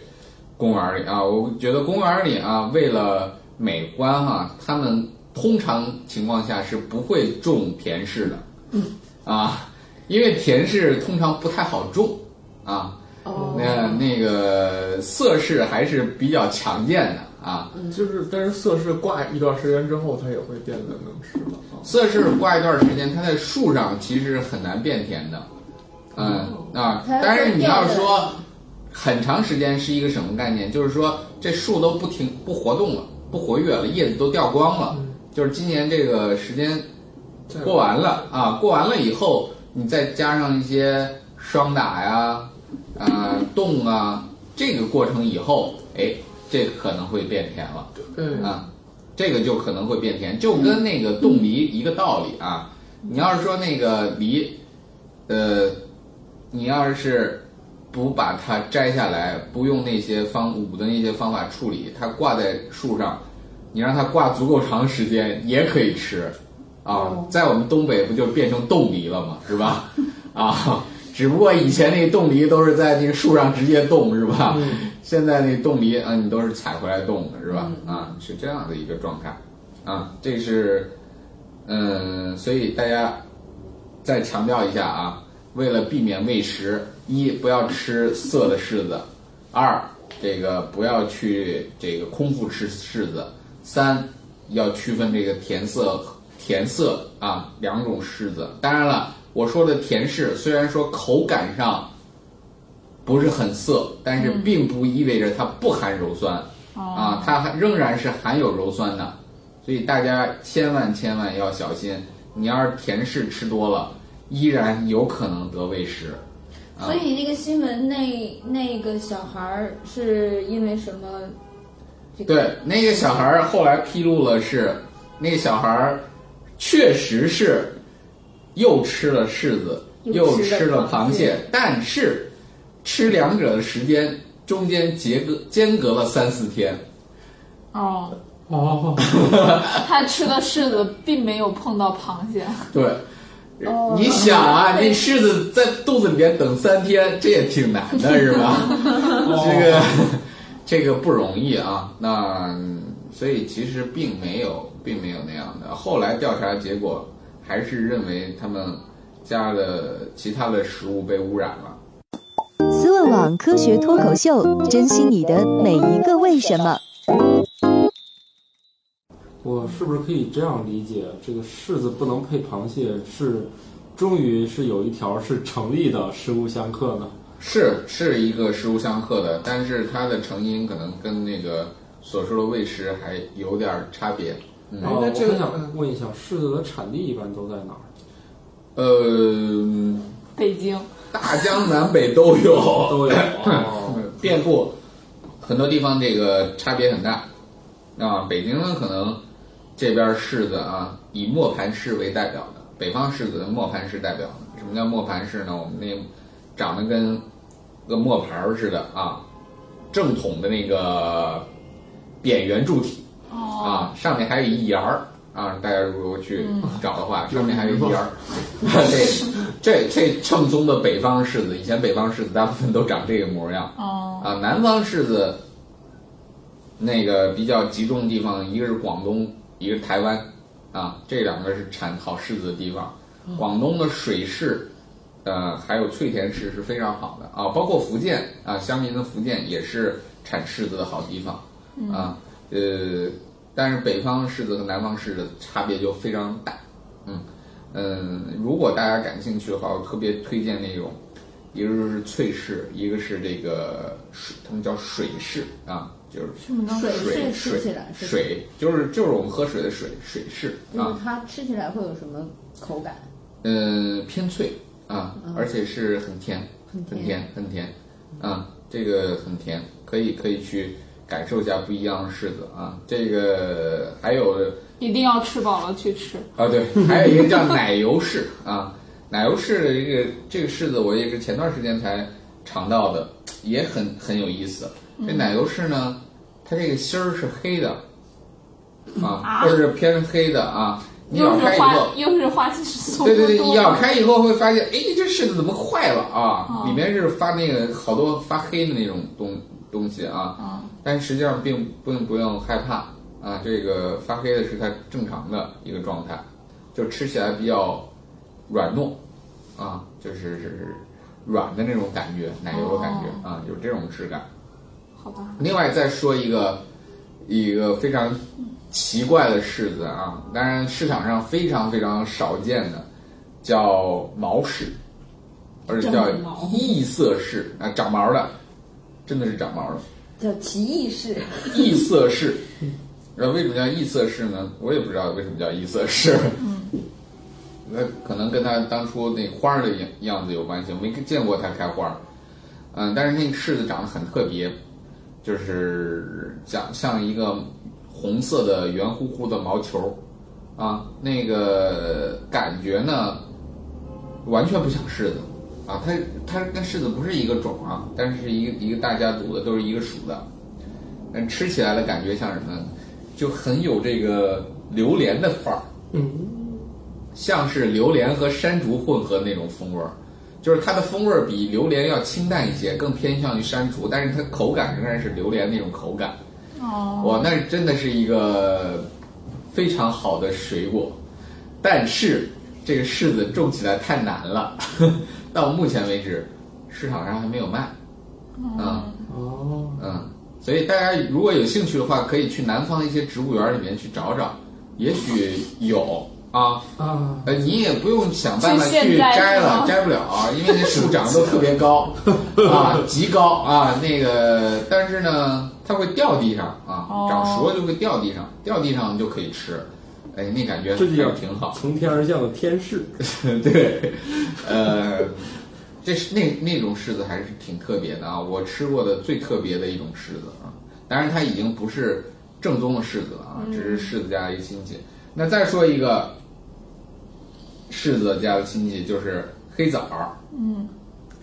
[SPEAKER 6] 公园儿里啊！我觉得公园儿里啊，为了美观哈、他们通常情况下是不会种甜柿的，啊，因为甜柿通常不太好种啊。
[SPEAKER 4] 哦
[SPEAKER 6] 那那个涩柿还是比较常见的啊。
[SPEAKER 5] 就是但是色是挂一段时间之后，它也会变得能吃了啊。
[SPEAKER 6] 涩柿挂一段时间，它在树上其实很难变甜的，嗯啊，
[SPEAKER 4] 它
[SPEAKER 6] 但是你要
[SPEAKER 4] 会掉
[SPEAKER 6] 说很长时间是一个什么概念？就是说这树都不停不活动了，不活跃了，叶子都掉光了，就是今年这个时间
[SPEAKER 5] 这样
[SPEAKER 6] 过完了啊，过完了以后，你再加上一些双打呀、啊冻啊，这个过程以后，哎，这可能会变甜了。
[SPEAKER 5] 对，
[SPEAKER 6] 啊，这个就可能会变甜，就跟那个冻梨一个道理啊。你要是说那个梨，呃，你要是不把它摘下来，不用那些方捂的那些方法处理，它挂在树上，你让它挂足够长时间也可以吃啊。在我们东北不就变成冻梨了吗？是吧？ [laughs] 啊，只不过以前那冻梨都是在那个树上直接冻，是吧？现在那冻梨啊，你都是采回来冻的，是吧？啊，是这样的一个状态啊，这是嗯，所以大家再强调一下啊，为了避免喂食，一不要吃涩的柿子，二这个不要去这个空腹吃柿子，三要区分这个甜涩甜涩啊两种柿子。当然了，我说的甜柿虽然说口感上不是很涩，但是并不意味着它不含鞣酸、啊，它还仍然是含有鞣酸的。所以大家千万千万要小心，你要是甜柿吃多了，依然有可能得胃食。啊
[SPEAKER 4] 所以那个新闻那那个小孩儿是因为什么？这个
[SPEAKER 6] 对，那个小孩儿后来披露了是，那个小孩儿确实是又吃了柿子，又
[SPEAKER 4] 又
[SPEAKER 6] 吃
[SPEAKER 4] 吃
[SPEAKER 6] 了
[SPEAKER 4] 了
[SPEAKER 6] 螃
[SPEAKER 4] 螃蟹
[SPEAKER 6] 但是吃两者的时间中间间隔间隔了三四天。
[SPEAKER 2] 哦，
[SPEAKER 3] 哦，
[SPEAKER 2] 他吃的柿子并没有碰到螃蟹，
[SPEAKER 6] 对，你想啊，那柿子在肚子里面等三天，这也挺难的，是吧？这个 [laughs] 这个不容易啊。那所以其实并没有，并没有那样的。后来调查结果还是认为他们家的其他的食物被污染了。
[SPEAKER 7] 思问网科学脱口秀，珍惜你的每一个为什么。
[SPEAKER 3] 我是不是可以这样理解，这个柿子不能配螃蟹是，终于是有一条是成立的食物相克呢？
[SPEAKER 6] 是是一个食物相克的，但是它的成因可能跟那个所说的喂食还有点儿差别。嗯
[SPEAKER 3] 哎，那这个想问一下，柿子的产地一般都在哪儿？
[SPEAKER 6] 呃，
[SPEAKER 2] 北京
[SPEAKER 6] 大江南北都有，
[SPEAKER 3] 都有。哦
[SPEAKER 6] 遍布很多地方，这个差别很大。啊，北京呢，可能这边儿柿子啊，以磨盘柿为代表的，北方柿子的磨盘柿代表的。什么叫磨盘柿呢？我们那长得跟个磨盘儿似的啊，正统的那个扁圆柱体啊，上面还有一沿儿啊，大家如果去找的话，上面还有一沿儿。 [laughs] 这这这正宗的北方柿子，以前北方柿子大部分都长这个模样
[SPEAKER 2] 哦，
[SPEAKER 6] 啊，南方柿子那个比较集中的地方，一个是广东，一个是台湾啊，这两个是产好柿子的地方。
[SPEAKER 4] 嗯
[SPEAKER 6] 广东的水柿，呃，还有翠田柿是非常好的啊，包括福建啊，乡民的福建也是产柿子的好地方
[SPEAKER 4] 嗯
[SPEAKER 6] 啊，呃，但是北方柿子和南方柿子差别就非常大，嗯嗯，如果大家感兴趣的话，我特别推荐那种，一个就是翠柿，一个是这个水，他们叫水柿啊，就是
[SPEAKER 4] 什么东西
[SPEAKER 6] 水
[SPEAKER 4] 水
[SPEAKER 6] 水
[SPEAKER 4] 吃起来是
[SPEAKER 6] 水就是就是我们喝水的水水柿
[SPEAKER 4] 就
[SPEAKER 6] 啊
[SPEAKER 4] 是，它吃起来会有什么口感？
[SPEAKER 6] 呃，偏脆啊，而且是很甜，很甜，很甜，啊，这个很甜，可以可以去感受一下不一样的柿子啊。这个还有
[SPEAKER 2] 一定要吃饱了去吃。
[SPEAKER 6] 啊，对，还有一个叫奶油柿啊，奶油柿的这个这个柿子，我也是前段时间才尝到的，也很很有意思。这奶油柿呢，它这个芯儿是黑的，啊，或者是偏黑的啊，你咬
[SPEAKER 2] 又
[SPEAKER 6] 开
[SPEAKER 2] 是
[SPEAKER 6] 以
[SPEAKER 2] 花
[SPEAKER 6] 后，，
[SPEAKER 2] 又是花季松
[SPEAKER 6] 对对对，
[SPEAKER 2] 多
[SPEAKER 6] 咬开以后会发现，哎，这柿子怎么坏了啊？里面是发那个好多发黑的那种东东西啊，但实际上并并不用害怕啊，这个发黑的是它正常的一个状态，就吃起来比较软糯啊，就是是软的那种感觉，奶油的感觉、啊，有这种质感。
[SPEAKER 2] 好吧，
[SPEAKER 6] 另外再说一个一个非常奇怪的柿子啊，当然市场上非常非常少见的，叫毛柿，而且叫
[SPEAKER 4] 长毛
[SPEAKER 6] 异色柿啊，长毛的，真的是长毛的。
[SPEAKER 4] 叫奇异柿，
[SPEAKER 6] 异色柿。呃，为什么叫异色柿呢？我也不知道为什么叫异色柿。嗯，那可能跟它当初那花儿的样样子有关系，我没见过它开花儿。嗯、但是那个柿子长得很特别，就是像像一个红色的圆乎乎的毛球儿啊，那个感觉呢，完全不像柿子啊，它它跟柿子不是一个种啊，但是是一个一个大家族的，都是一个属的。嗯，吃起来的感觉像什么呢？就很有这个榴莲的范儿，
[SPEAKER 3] 嗯，
[SPEAKER 6] 像是榴莲和山竹混合那种风味儿，就是它的风味儿比榴莲要清淡一些，更偏向于山竹，但是它口感仍然是榴莲那种口感。
[SPEAKER 2] 哦，
[SPEAKER 6] 哇，那真的是一个非常好的水果，但是这个柿子种起来太难了， [laughs] 到目前为止市场上还没有卖。嗯，
[SPEAKER 3] 哦，
[SPEAKER 6] 嗯，所以大家如果有兴趣的话，可以去南方一些植物园里面去找找，也许有啊。
[SPEAKER 3] 啊，
[SPEAKER 6] 呃，你也不用想办法
[SPEAKER 2] 去现
[SPEAKER 6] 去
[SPEAKER 2] 摘
[SPEAKER 6] 摘
[SPEAKER 2] 是
[SPEAKER 6] 了
[SPEAKER 2] 吗，
[SPEAKER 6] 摘不了啊，因为那树长得都特别高
[SPEAKER 2] [laughs]
[SPEAKER 6] 啊，极高啊。那个，但是呢，它会掉地上啊，
[SPEAKER 2] 哦
[SPEAKER 6] 长熟了就会掉地上，掉地上就可以吃。哎，那感觉
[SPEAKER 3] 这就叫
[SPEAKER 6] 还挺好。
[SPEAKER 3] 从天而降的天柿。
[SPEAKER 6] [laughs] 对，呃，这是那那种柿子还是挺特别的啊，我吃过的最特别的一种柿子啊。当然，它已经不是正宗的柿子了啊，只是柿子家的一个亲戚。那再说一个柿子家的亲戚，就是黑枣儿。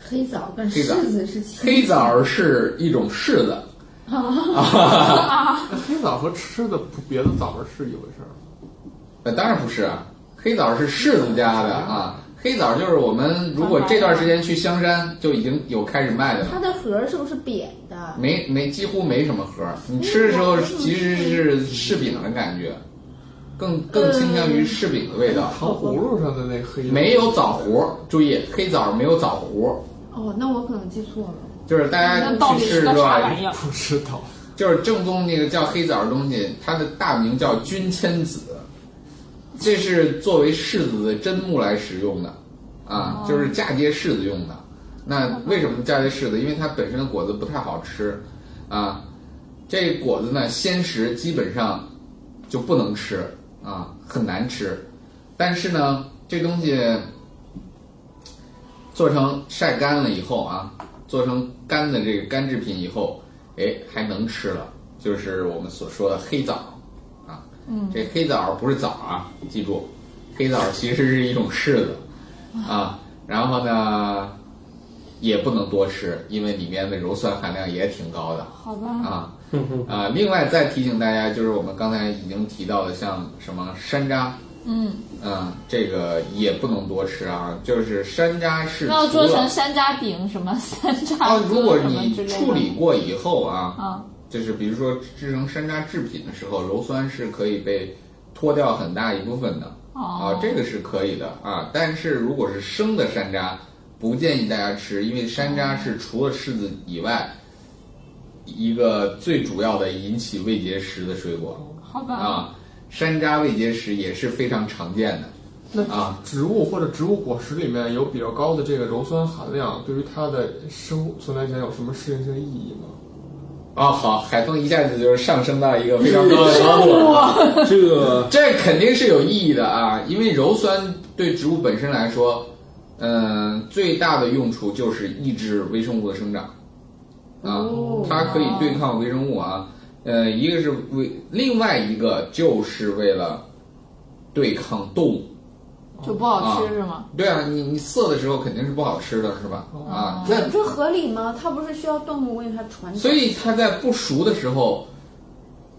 [SPEAKER 4] 黑枣跟
[SPEAKER 6] 黑枣
[SPEAKER 4] 柿子是奇
[SPEAKER 6] 黑枣儿是一种柿子，
[SPEAKER 5] 那黑枣和吃的不别的枣儿是一回事儿吗。
[SPEAKER 6] 呃，当然不是啊，黑枣是柿子家的啊，黑枣就是我们如果这段时间去香山就已经有开始卖的
[SPEAKER 4] 它
[SPEAKER 6] 了，
[SPEAKER 4] 的核儿是不是扁的？
[SPEAKER 6] 没没几乎没什么核儿，你吃的时候其实是柿饼的感觉，
[SPEAKER 4] 嗯
[SPEAKER 6] 更更倾向于柿饼的味道，
[SPEAKER 5] 糖葫芦上的那黑枣
[SPEAKER 6] 没有枣核，注意黑枣没有枣核，
[SPEAKER 4] 哦，那我可能记错了。
[SPEAKER 6] 就是大
[SPEAKER 2] 那到
[SPEAKER 6] 家
[SPEAKER 2] 底
[SPEAKER 6] 去吃
[SPEAKER 2] 是个啥
[SPEAKER 6] 吧啊
[SPEAKER 2] 玩？意儿？
[SPEAKER 5] 不知道，
[SPEAKER 6] 就是正宗那个叫黑枣的东西，它的大名叫君千子，这是作为柿子的真木来食用的，啊，就是嫁接柿子用的。那为什么嫁接柿子？因为它本身的果子不太好吃，啊，这果子呢鲜食基本上就不能吃啊，很难吃。但是呢，这东西做成晒干了以后啊，做成干的这个干制品以后，哎，还能吃了，就是我们所说的黑枣啊。嗯，这黑枣不是枣啊，记住，黑枣其实是一种柿子啊。然后呢，也不能多吃，因为里面的鞣酸含量也挺高的。
[SPEAKER 2] 好吧，
[SPEAKER 6] 啊啊！另外再提醒大家，就是我们刚才已经提到的，像什么山楂，
[SPEAKER 2] 嗯，
[SPEAKER 6] 嗯，这个也不能多吃啊。就是山楂是
[SPEAKER 2] 那要
[SPEAKER 6] 除
[SPEAKER 2] 做成
[SPEAKER 6] 了
[SPEAKER 2] 山楂饼什么山楂
[SPEAKER 6] 啊，如果
[SPEAKER 2] 羹什么
[SPEAKER 6] 你
[SPEAKER 2] 之类的。
[SPEAKER 6] 处理过以后啊，
[SPEAKER 2] 啊，
[SPEAKER 6] 就是比如说制成山楂制品的时候，鞣酸是可以被脱掉很大一部分的啊
[SPEAKER 2] 哦，，
[SPEAKER 6] 这个是可以的啊。但是如果是生的山楂，不建议大家吃，因为山楂是除了柿子以外，一个最主要的引起胃结石的水果
[SPEAKER 2] 好吧，
[SPEAKER 6] 啊。山楂胃结石也是非常常见的啊。
[SPEAKER 5] 植物或者植物果实里面有比较高的这个鞣酸含量，对于它的生存来讲有什么适应性意义吗？
[SPEAKER 6] 啊、好，海峰一下子就是上升到一个非常高的高度了。
[SPEAKER 3] 这个
[SPEAKER 6] 这肯定是有意义的啊，因为鞣酸对植物本身来说，嗯、最大的用处就是抑制微生物的生长，啊，它可以对抗微生物啊，呃，一个是为，另外一个就是为了对抗动物。
[SPEAKER 2] 就不好吃是吗？
[SPEAKER 6] 对啊，你你涩的时候肯定是不好吃的，是吧？啊，在
[SPEAKER 4] 这合理吗？它不是需要动物为它传
[SPEAKER 6] 所以它在不熟的时候，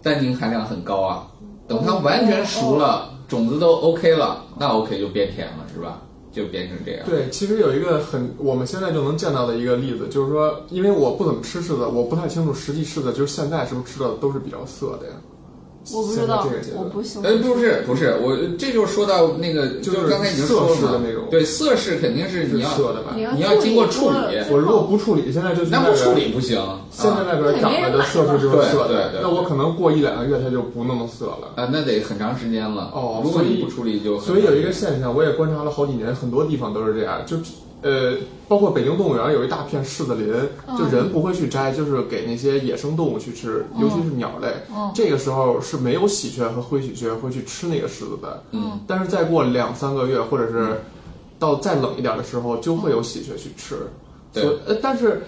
[SPEAKER 6] 单宁含量很高啊。等它完全熟了，种子都 OK 了，那 OK 就变甜了，是吧？就变成这样。
[SPEAKER 5] 对，其实有一个很我们现在就能见到的一个例子，就是说，因为我不怎么吃柿子，我不太清楚实际柿子就是现在是不是吃的都是比较涩的呀？
[SPEAKER 2] 我不知道
[SPEAKER 5] 现在这个阶，段
[SPEAKER 2] 我不喜欢
[SPEAKER 6] 呃，。不是不是，我这就说到那个，
[SPEAKER 5] 就
[SPEAKER 6] 就是刚才已经说了
[SPEAKER 5] 色
[SPEAKER 6] 嘛
[SPEAKER 5] 式的那种
[SPEAKER 6] 对，色是肯定是你要
[SPEAKER 5] 是涩的吧？
[SPEAKER 4] 要
[SPEAKER 6] 你要经过处理
[SPEAKER 5] 我如果不处理，现在就去
[SPEAKER 6] 那
[SPEAKER 5] 外
[SPEAKER 6] 不
[SPEAKER 5] 边
[SPEAKER 6] 处理不行。
[SPEAKER 5] 现在
[SPEAKER 6] 啊
[SPEAKER 5] 外边长来的色素就是色
[SPEAKER 6] 对对
[SPEAKER 5] 的，
[SPEAKER 6] 对
[SPEAKER 5] 那我可能过一两个月它就不那么色了。
[SPEAKER 6] 啊，那得很长时间了。
[SPEAKER 5] 哦
[SPEAKER 6] 如果你
[SPEAKER 5] 所以
[SPEAKER 6] 不处理就很
[SPEAKER 5] 所以有一个
[SPEAKER 6] 难
[SPEAKER 5] 现象，我也观察了好几年，很多地方都是这样，就呃，包括北京动物园有一大片柿子林，就人不会去摘，就是给那些野生动物去吃，尤其是鸟类。这个时候是没有喜鹊和灰喜鹊会去吃那个柿子的，
[SPEAKER 6] 嗯，
[SPEAKER 5] 但是再过两三个月，或者是到再冷一点的时候，就会有喜鹊去吃。
[SPEAKER 6] 对
[SPEAKER 5] 所以呃，但是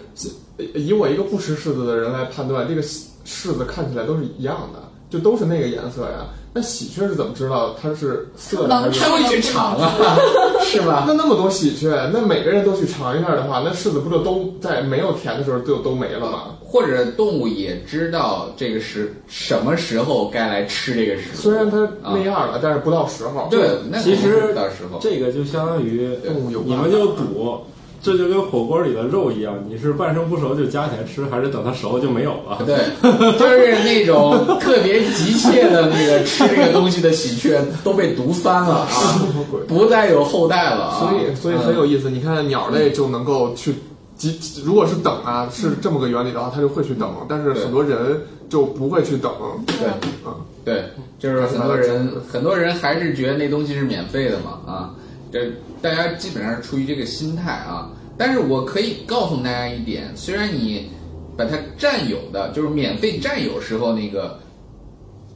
[SPEAKER 5] 呃以我一个不吃柿子的人来判断，这个柿柿子看起来都是一样的，就都是那个颜色呀。那喜鹊是怎么知道它是色的还是？
[SPEAKER 6] 都去尝啊， [laughs] 是吧？
[SPEAKER 5] 那那么多喜鹊，那每个人都去尝一下的话，那柿子不就都在没有甜的时候就都没了吗？
[SPEAKER 6] 或者动物也知道这个时什么时候该来吃这个食物。
[SPEAKER 5] 虽然它那样了，但是不到时候。
[SPEAKER 6] 啊对，那
[SPEAKER 3] 其
[SPEAKER 6] 肯定
[SPEAKER 3] 实
[SPEAKER 6] 是到时候
[SPEAKER 3] 这个就相当于嗯
[SPEAKER 5] 动物有
[SPEAKER 3] 你们就赌，这就跟火锅里的肉一样，你是半生不熟就加起来吃，还是等它熟就没有了？
[SPEAKER 6] 对，就是那种特别急切的那个吃这个东西的喜鹊都被毒翻了啊，
[SPEAKER 5] [laughs]
[SPEAKER 6] 不再有后代了啊。
[SPEAKER 5] 所以所以很有意思。你看鸟类就能够去集，如果是等啊，
[SPEAKER 6] 嗯
[SPEAKER 5] 是这么个原理的话，它就会去等。但是很多人就不会去等。
[SPEAKER 6] 对，
[SPEAKER 5] 嗯
[SPEAKER 6] 对，就是很多人很多人还是觉得那东西是免费的嘛啊，这大家基本上是出于这个心态啊。但是我可以告诉大家一点，虽然你把它占有的，就是免费占有时候那个，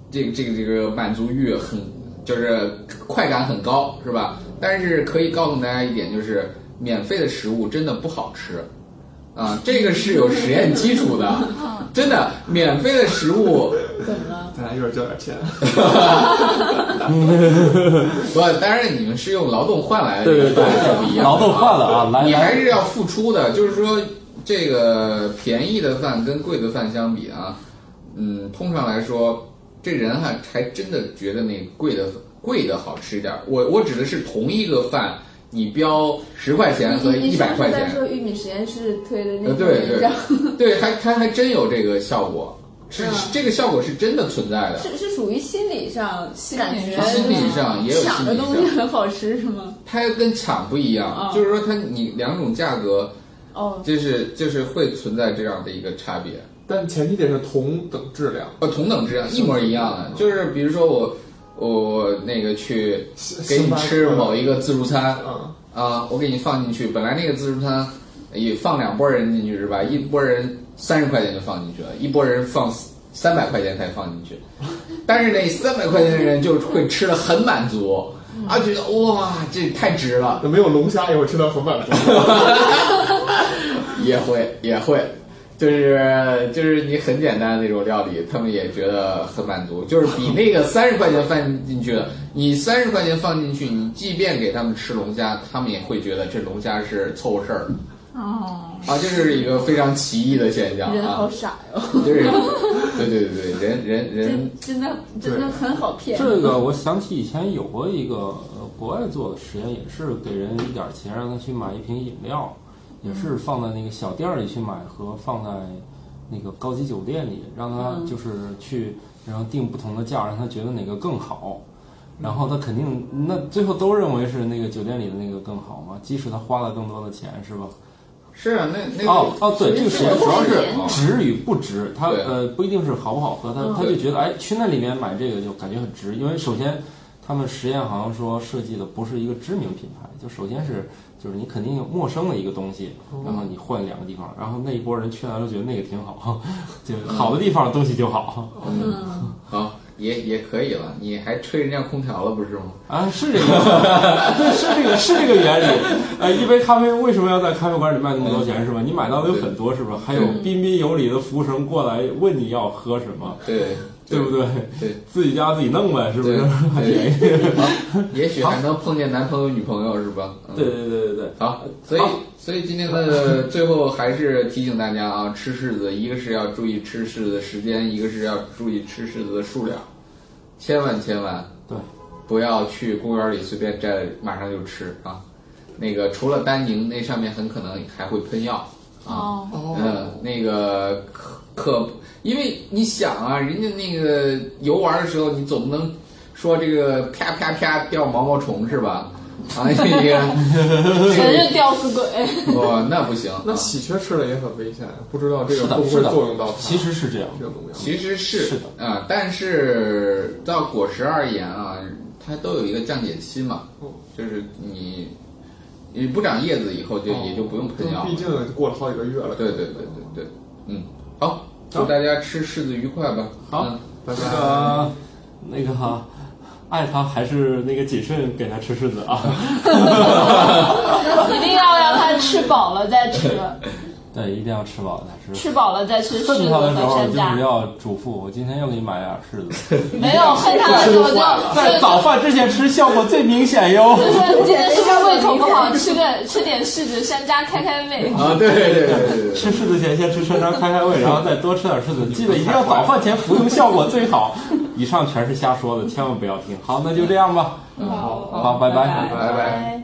[SPEAKER 6] 这个这个这个满足欲很，就是快感很高，是吧？但是可以告诉大家一点，就是免费的食物真的不好吃。啊，这个是有实验基础的，真的，免费的食物
[SPEAKER 5] 大家一会儿交点钱。
[SPEAKER 6] [laughs] 不，当然你们是用劳动换来
[SPEAKER 3] [laughs]
[SPEAKER 6] 的，
[SPEAKER 3] 对对对
[SPEAKER 6] 这不一，样。
[SPEAKER 1] 劳动换了啊，来
[SPEAKER 6] 你还
[SPEAKER 1] 来，
[SPEAKER 6] 是要付出的，就是说这个便宜的饭跟贵的饭相比啊，嗯，通常来说，这人还还真的觉得那贵的贵的好吃一点儿。我我指的是同一个饭，你标十块钱和
[SPEAKER 4] 你
[SPEAKER 6] 一百块
[SPEAKER 4] 你
[SPEAKER 6] 钱
[SPEAKER 4] 是，不是在说玉米实验室推的那
[SPEAKER 6] 呃，
[SPEAKER 4] 个
[SPEAKER 6] 对
[SPEAKER 4] 文章，
[SPEAKER 6] 对对，还它还真有这个效果，是
[SPEAKER 4] 嗯
[SPEAKER 6] 这个效果是真的存在的。
[SPEAKER 4] 是是属于心理上
[SPEAKER 2] 心理
[SPEAKER 4] 感觉
[SPEAKER 2] 上
[SPEAKER 6] 心理上也有
[SPEAKER 4] 抢
[SPEAKER 6] 心
[SPEAKER 4] 的
[SPEAKER 6] 理
[SPEAKER 4] 东西
[SPEAKER 6] 上
[SPEAKER 4] 很好吃是吗？
[SPEAKER 6] 它跟抢不一样
[SPEAKER 4] 啊，
[SPEAKER 6] 就是说它你两种价格，
[SPEAKER 4] 哦，
[SPEAKER 6] 就是就是会存在这样的一个差别。
[SPEAKER 5] 但前提得是同等质量。
[SPEAKER 6] 呃，同等质量一模一样的，就是比如说我我那个去给你吃某一个自助餐
[SPEAKER 5] 嗯
[SPEAKER 6] 啊，我给你放进去，本来那个自助餐也放两拨人进去是吧？一拨人三十块钱就放进去了，一拨人放三百块钱才放进去，但是那三百块钱的人就会吃的很满足啊，觉得哇这太值了。
[SPEAKER 5] 那没有龙虾也会吃到很满足。
[SPEAKER 6] [laughs] 也会也会，就是就是你很简单的那种料理，他们也觉得很满足，
[SPEAKER 3] [laughs]
[SPEAKER 6] 就是比那个三十块钱放进去的，你三十块钱放进去，你即便给他们吃龙虾，他们也会觉得这龙虾是凑合事儿的
[SPEAKER 2] 哦，
[SPEAKER 6] 啊，这是一个非常奇异的现象
[SPEAKER 4] 人好
[SPEAKER 6] 啊，
[SPEAKER 4] 傻哟、
[SPEAKER 6] [laughs] 就是对对对对，人人人
[SPEAKER 4] 真真的真的很好骗。
[SPEAKER 3] 这个我想起以前有过一个呃国外做的实验，也是给人一点钱让他去买一瓶饮料，也是放在那个小店儿里去买和放在那个高级酒店里，让他就是去然后定不同的价，让他觉得哪个更好。然后他肯定那最后都认为是那个酒店里的那个更好嘛，即使他花了更多的钱，是吧？
[SPEAKER 6] 是啊，那那个
[SPEAKER 3] 哦哦，对，这个实验主要是
[SPEAKER 6] 哦
[SPEAKER 3] 值与不值，它
[SPEAKER 6] 对
[SPEAKER 3] 呃
[SPEAKER 6] 嗯
[SPEAKER 3] 不一定是好不好喝，他他就
[SPEAKER 6] 对
[SPEAKER 3] 觉得哎去那里面买这个就感觉很值，因为首先他们实验好像说设计的不是一个知名品牌，就首先是就是你肯定有陌生的一个东西，
[SPEAKER 6] 哦
[SPEAKER 3] 然后你换两个地方，然后那一波人去完了觉得那个挺好， [laughs] 就好的地方的东西就好
[SPEAKER 6] 好也也可以了，你还吹人家空调了不是吗？
[SPEAKER 3] 啊，是这个， [laughs] 对，是这个是这个原理，呃，一杯咖啡为什么要在咖啡馆里卖那么多钱是吧？你买到的有很多是吧？还有彬彬有礼的服务生过来问你要喝什么。
[SPEAKER 6] 对
[SPEAKER 3] 对不对？
[SPEAKER 6] 对，
[SPEAKER 3] 自己家自己弄呗，是不是
[SPEAKER 6] 对
[SPEAKER 3] 还便宜？
[SPEAKER 6] 也许还能碰见男朋友女朋友是吧？
[SPEAKER 3] [laughs]
[SPEAKER 6] 嗯
[SPEAKER 3] 对对对对对，
[SPEAKER 6] 好，所以所以今天的最后还是提醒大家啊， [laughs] 吃柿子，一个是要注意吃柿子的时间，一个是要注意吃柿子的数量，千万千万
[SPEAKER 3] 对
[SPEAKER 6] 不要去公园里随便摘，马上就吃啊。那个除了单宁，那上面很可能还会喷药啊。
[SPEAKER 2] 哦，
[SPEAKER 6] 嗯，那个可可，因为你想啊，人家那个游玩的时候，你总不能说这个啪啪啪掉毛毛虫是吧？啊，那个
[SPEAKER 2] 全是吊死鬼。
[SPEAKER 6] 哦，那不行。
[SPEAKER 5] 那
[SPEAKER 6] 啊
[SPEAKER 5] 喜鹊吃了也很危险，不知道这
[SPEAKER 3] 是
[SPEAKER 5] 个
[SPEAKER 3] 的，
[SPEAKER 5] 会不
[SPEAKER 3] 是
[SPEAKER 5] 会
[SPEAKER 3] 的
[SPEAKER 5] 作用到它
[SPEAKER 3] 其实是这样
[SPEAKER 5] 这。种农药。
[SPEAKER 6] 其实是
[SPEAKER 3] 是
[SPEAKER 6] 的啊、但是到果实而言啊，它都有一个降解期嘛，就是你你不长叶子以后就、也就不用喷药
[SPEAKER 5] 哦毕
[SPEAKER 6] 了。
[SPEAKER 5] 竟过了好几个月了。
[SPEAKER 6] 对对对对对，嗯，好，祝大家吃柿子愉快吧。
[SPEAKER 3] 好
[SPEAKER 6] 嗯
[SPEAKER 5] 拜
[SPEAKER 3] 那
[SPEAKER 5] 拜。
[SPEAKER 3] 个那个哈，爱他还是那个谨慎给他吃柿子啊。 [laughs]
[SPEAKER 2] 一定要让他吃饱了再吃，
[SPEAKER 3] 对，一定要吃饱才吃。
[SPEAKER 2] 吃饱了再吃柿
[SPEAKER 3] 恨
[SPEAKER 2] 子
[SPEAKER 3] 他
[SPEAKER 2] 和
[SPEAKER 3] 的时候
[SPEAKER 2] 山
[SPEAKER 3] 就
[SPEAKER 2] 楂
[SPEAKER 3] 是。要嘱咐我，今天又给你买点柿
[SPEAKER 6] [laughs]
[SPEAKER 3] 子，
[SPEAKER 2] 没有恨他的时候就
[SPEAKER 3] 在早
[SPEAKER 2] 就
[SPEAKER 3] 饭之前吃效果最明显哟。
[SPEAKER 2] 就今天是不是胃口不好，吃个吃点柿子山楂开开胃。
[SPEAKER 6] 啊，对对对对对对，
[SPEAKER 3] 吃柿子前先吃山楂开开胃，然后再多吃点柿子，记得一定要早饭前服用，效果最好。以上全是瞎说的，千万不要听。好，那就这样吧。好，好，嗯拜拜
[SPEAKER 6] 拜拜。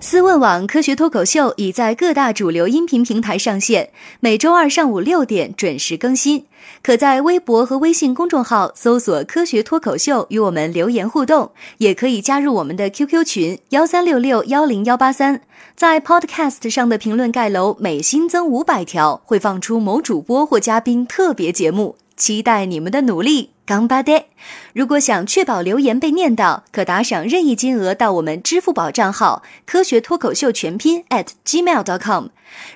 [SPEAKER 7] 思问网科学脱口秀已在各大主流音频平台上线，每周二上午六点准时更新。可在微博和微信公众号搜索“科学脱口秀”与我们留言互动，也可以加入我们的 QQ 群幺三六六幺零幺八三。在 Podcast 上的评论盖楼每新增五百条，会放出某主播或嘉宾特别节目。期待你们的努力，干巴爹！如果想确保留言被念到，可打赏任意金额到我们支付宝账号“科学脱口秀全拼 ”at gmail.com。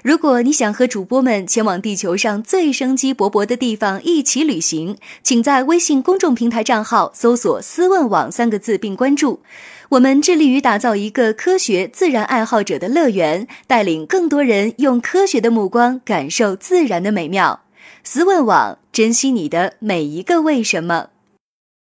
[SPEAKER 7] 如果你想和主播们前往地球上最生机勃勃的地方一起旅行，请在微信公众平台账号搜索“思问网”三个字并关注。我们致力于打造一个科学自然爱好者的乐园，带领更多人用科学的目光感受自然的美妙。思问网，珍惜你的每一个为什么。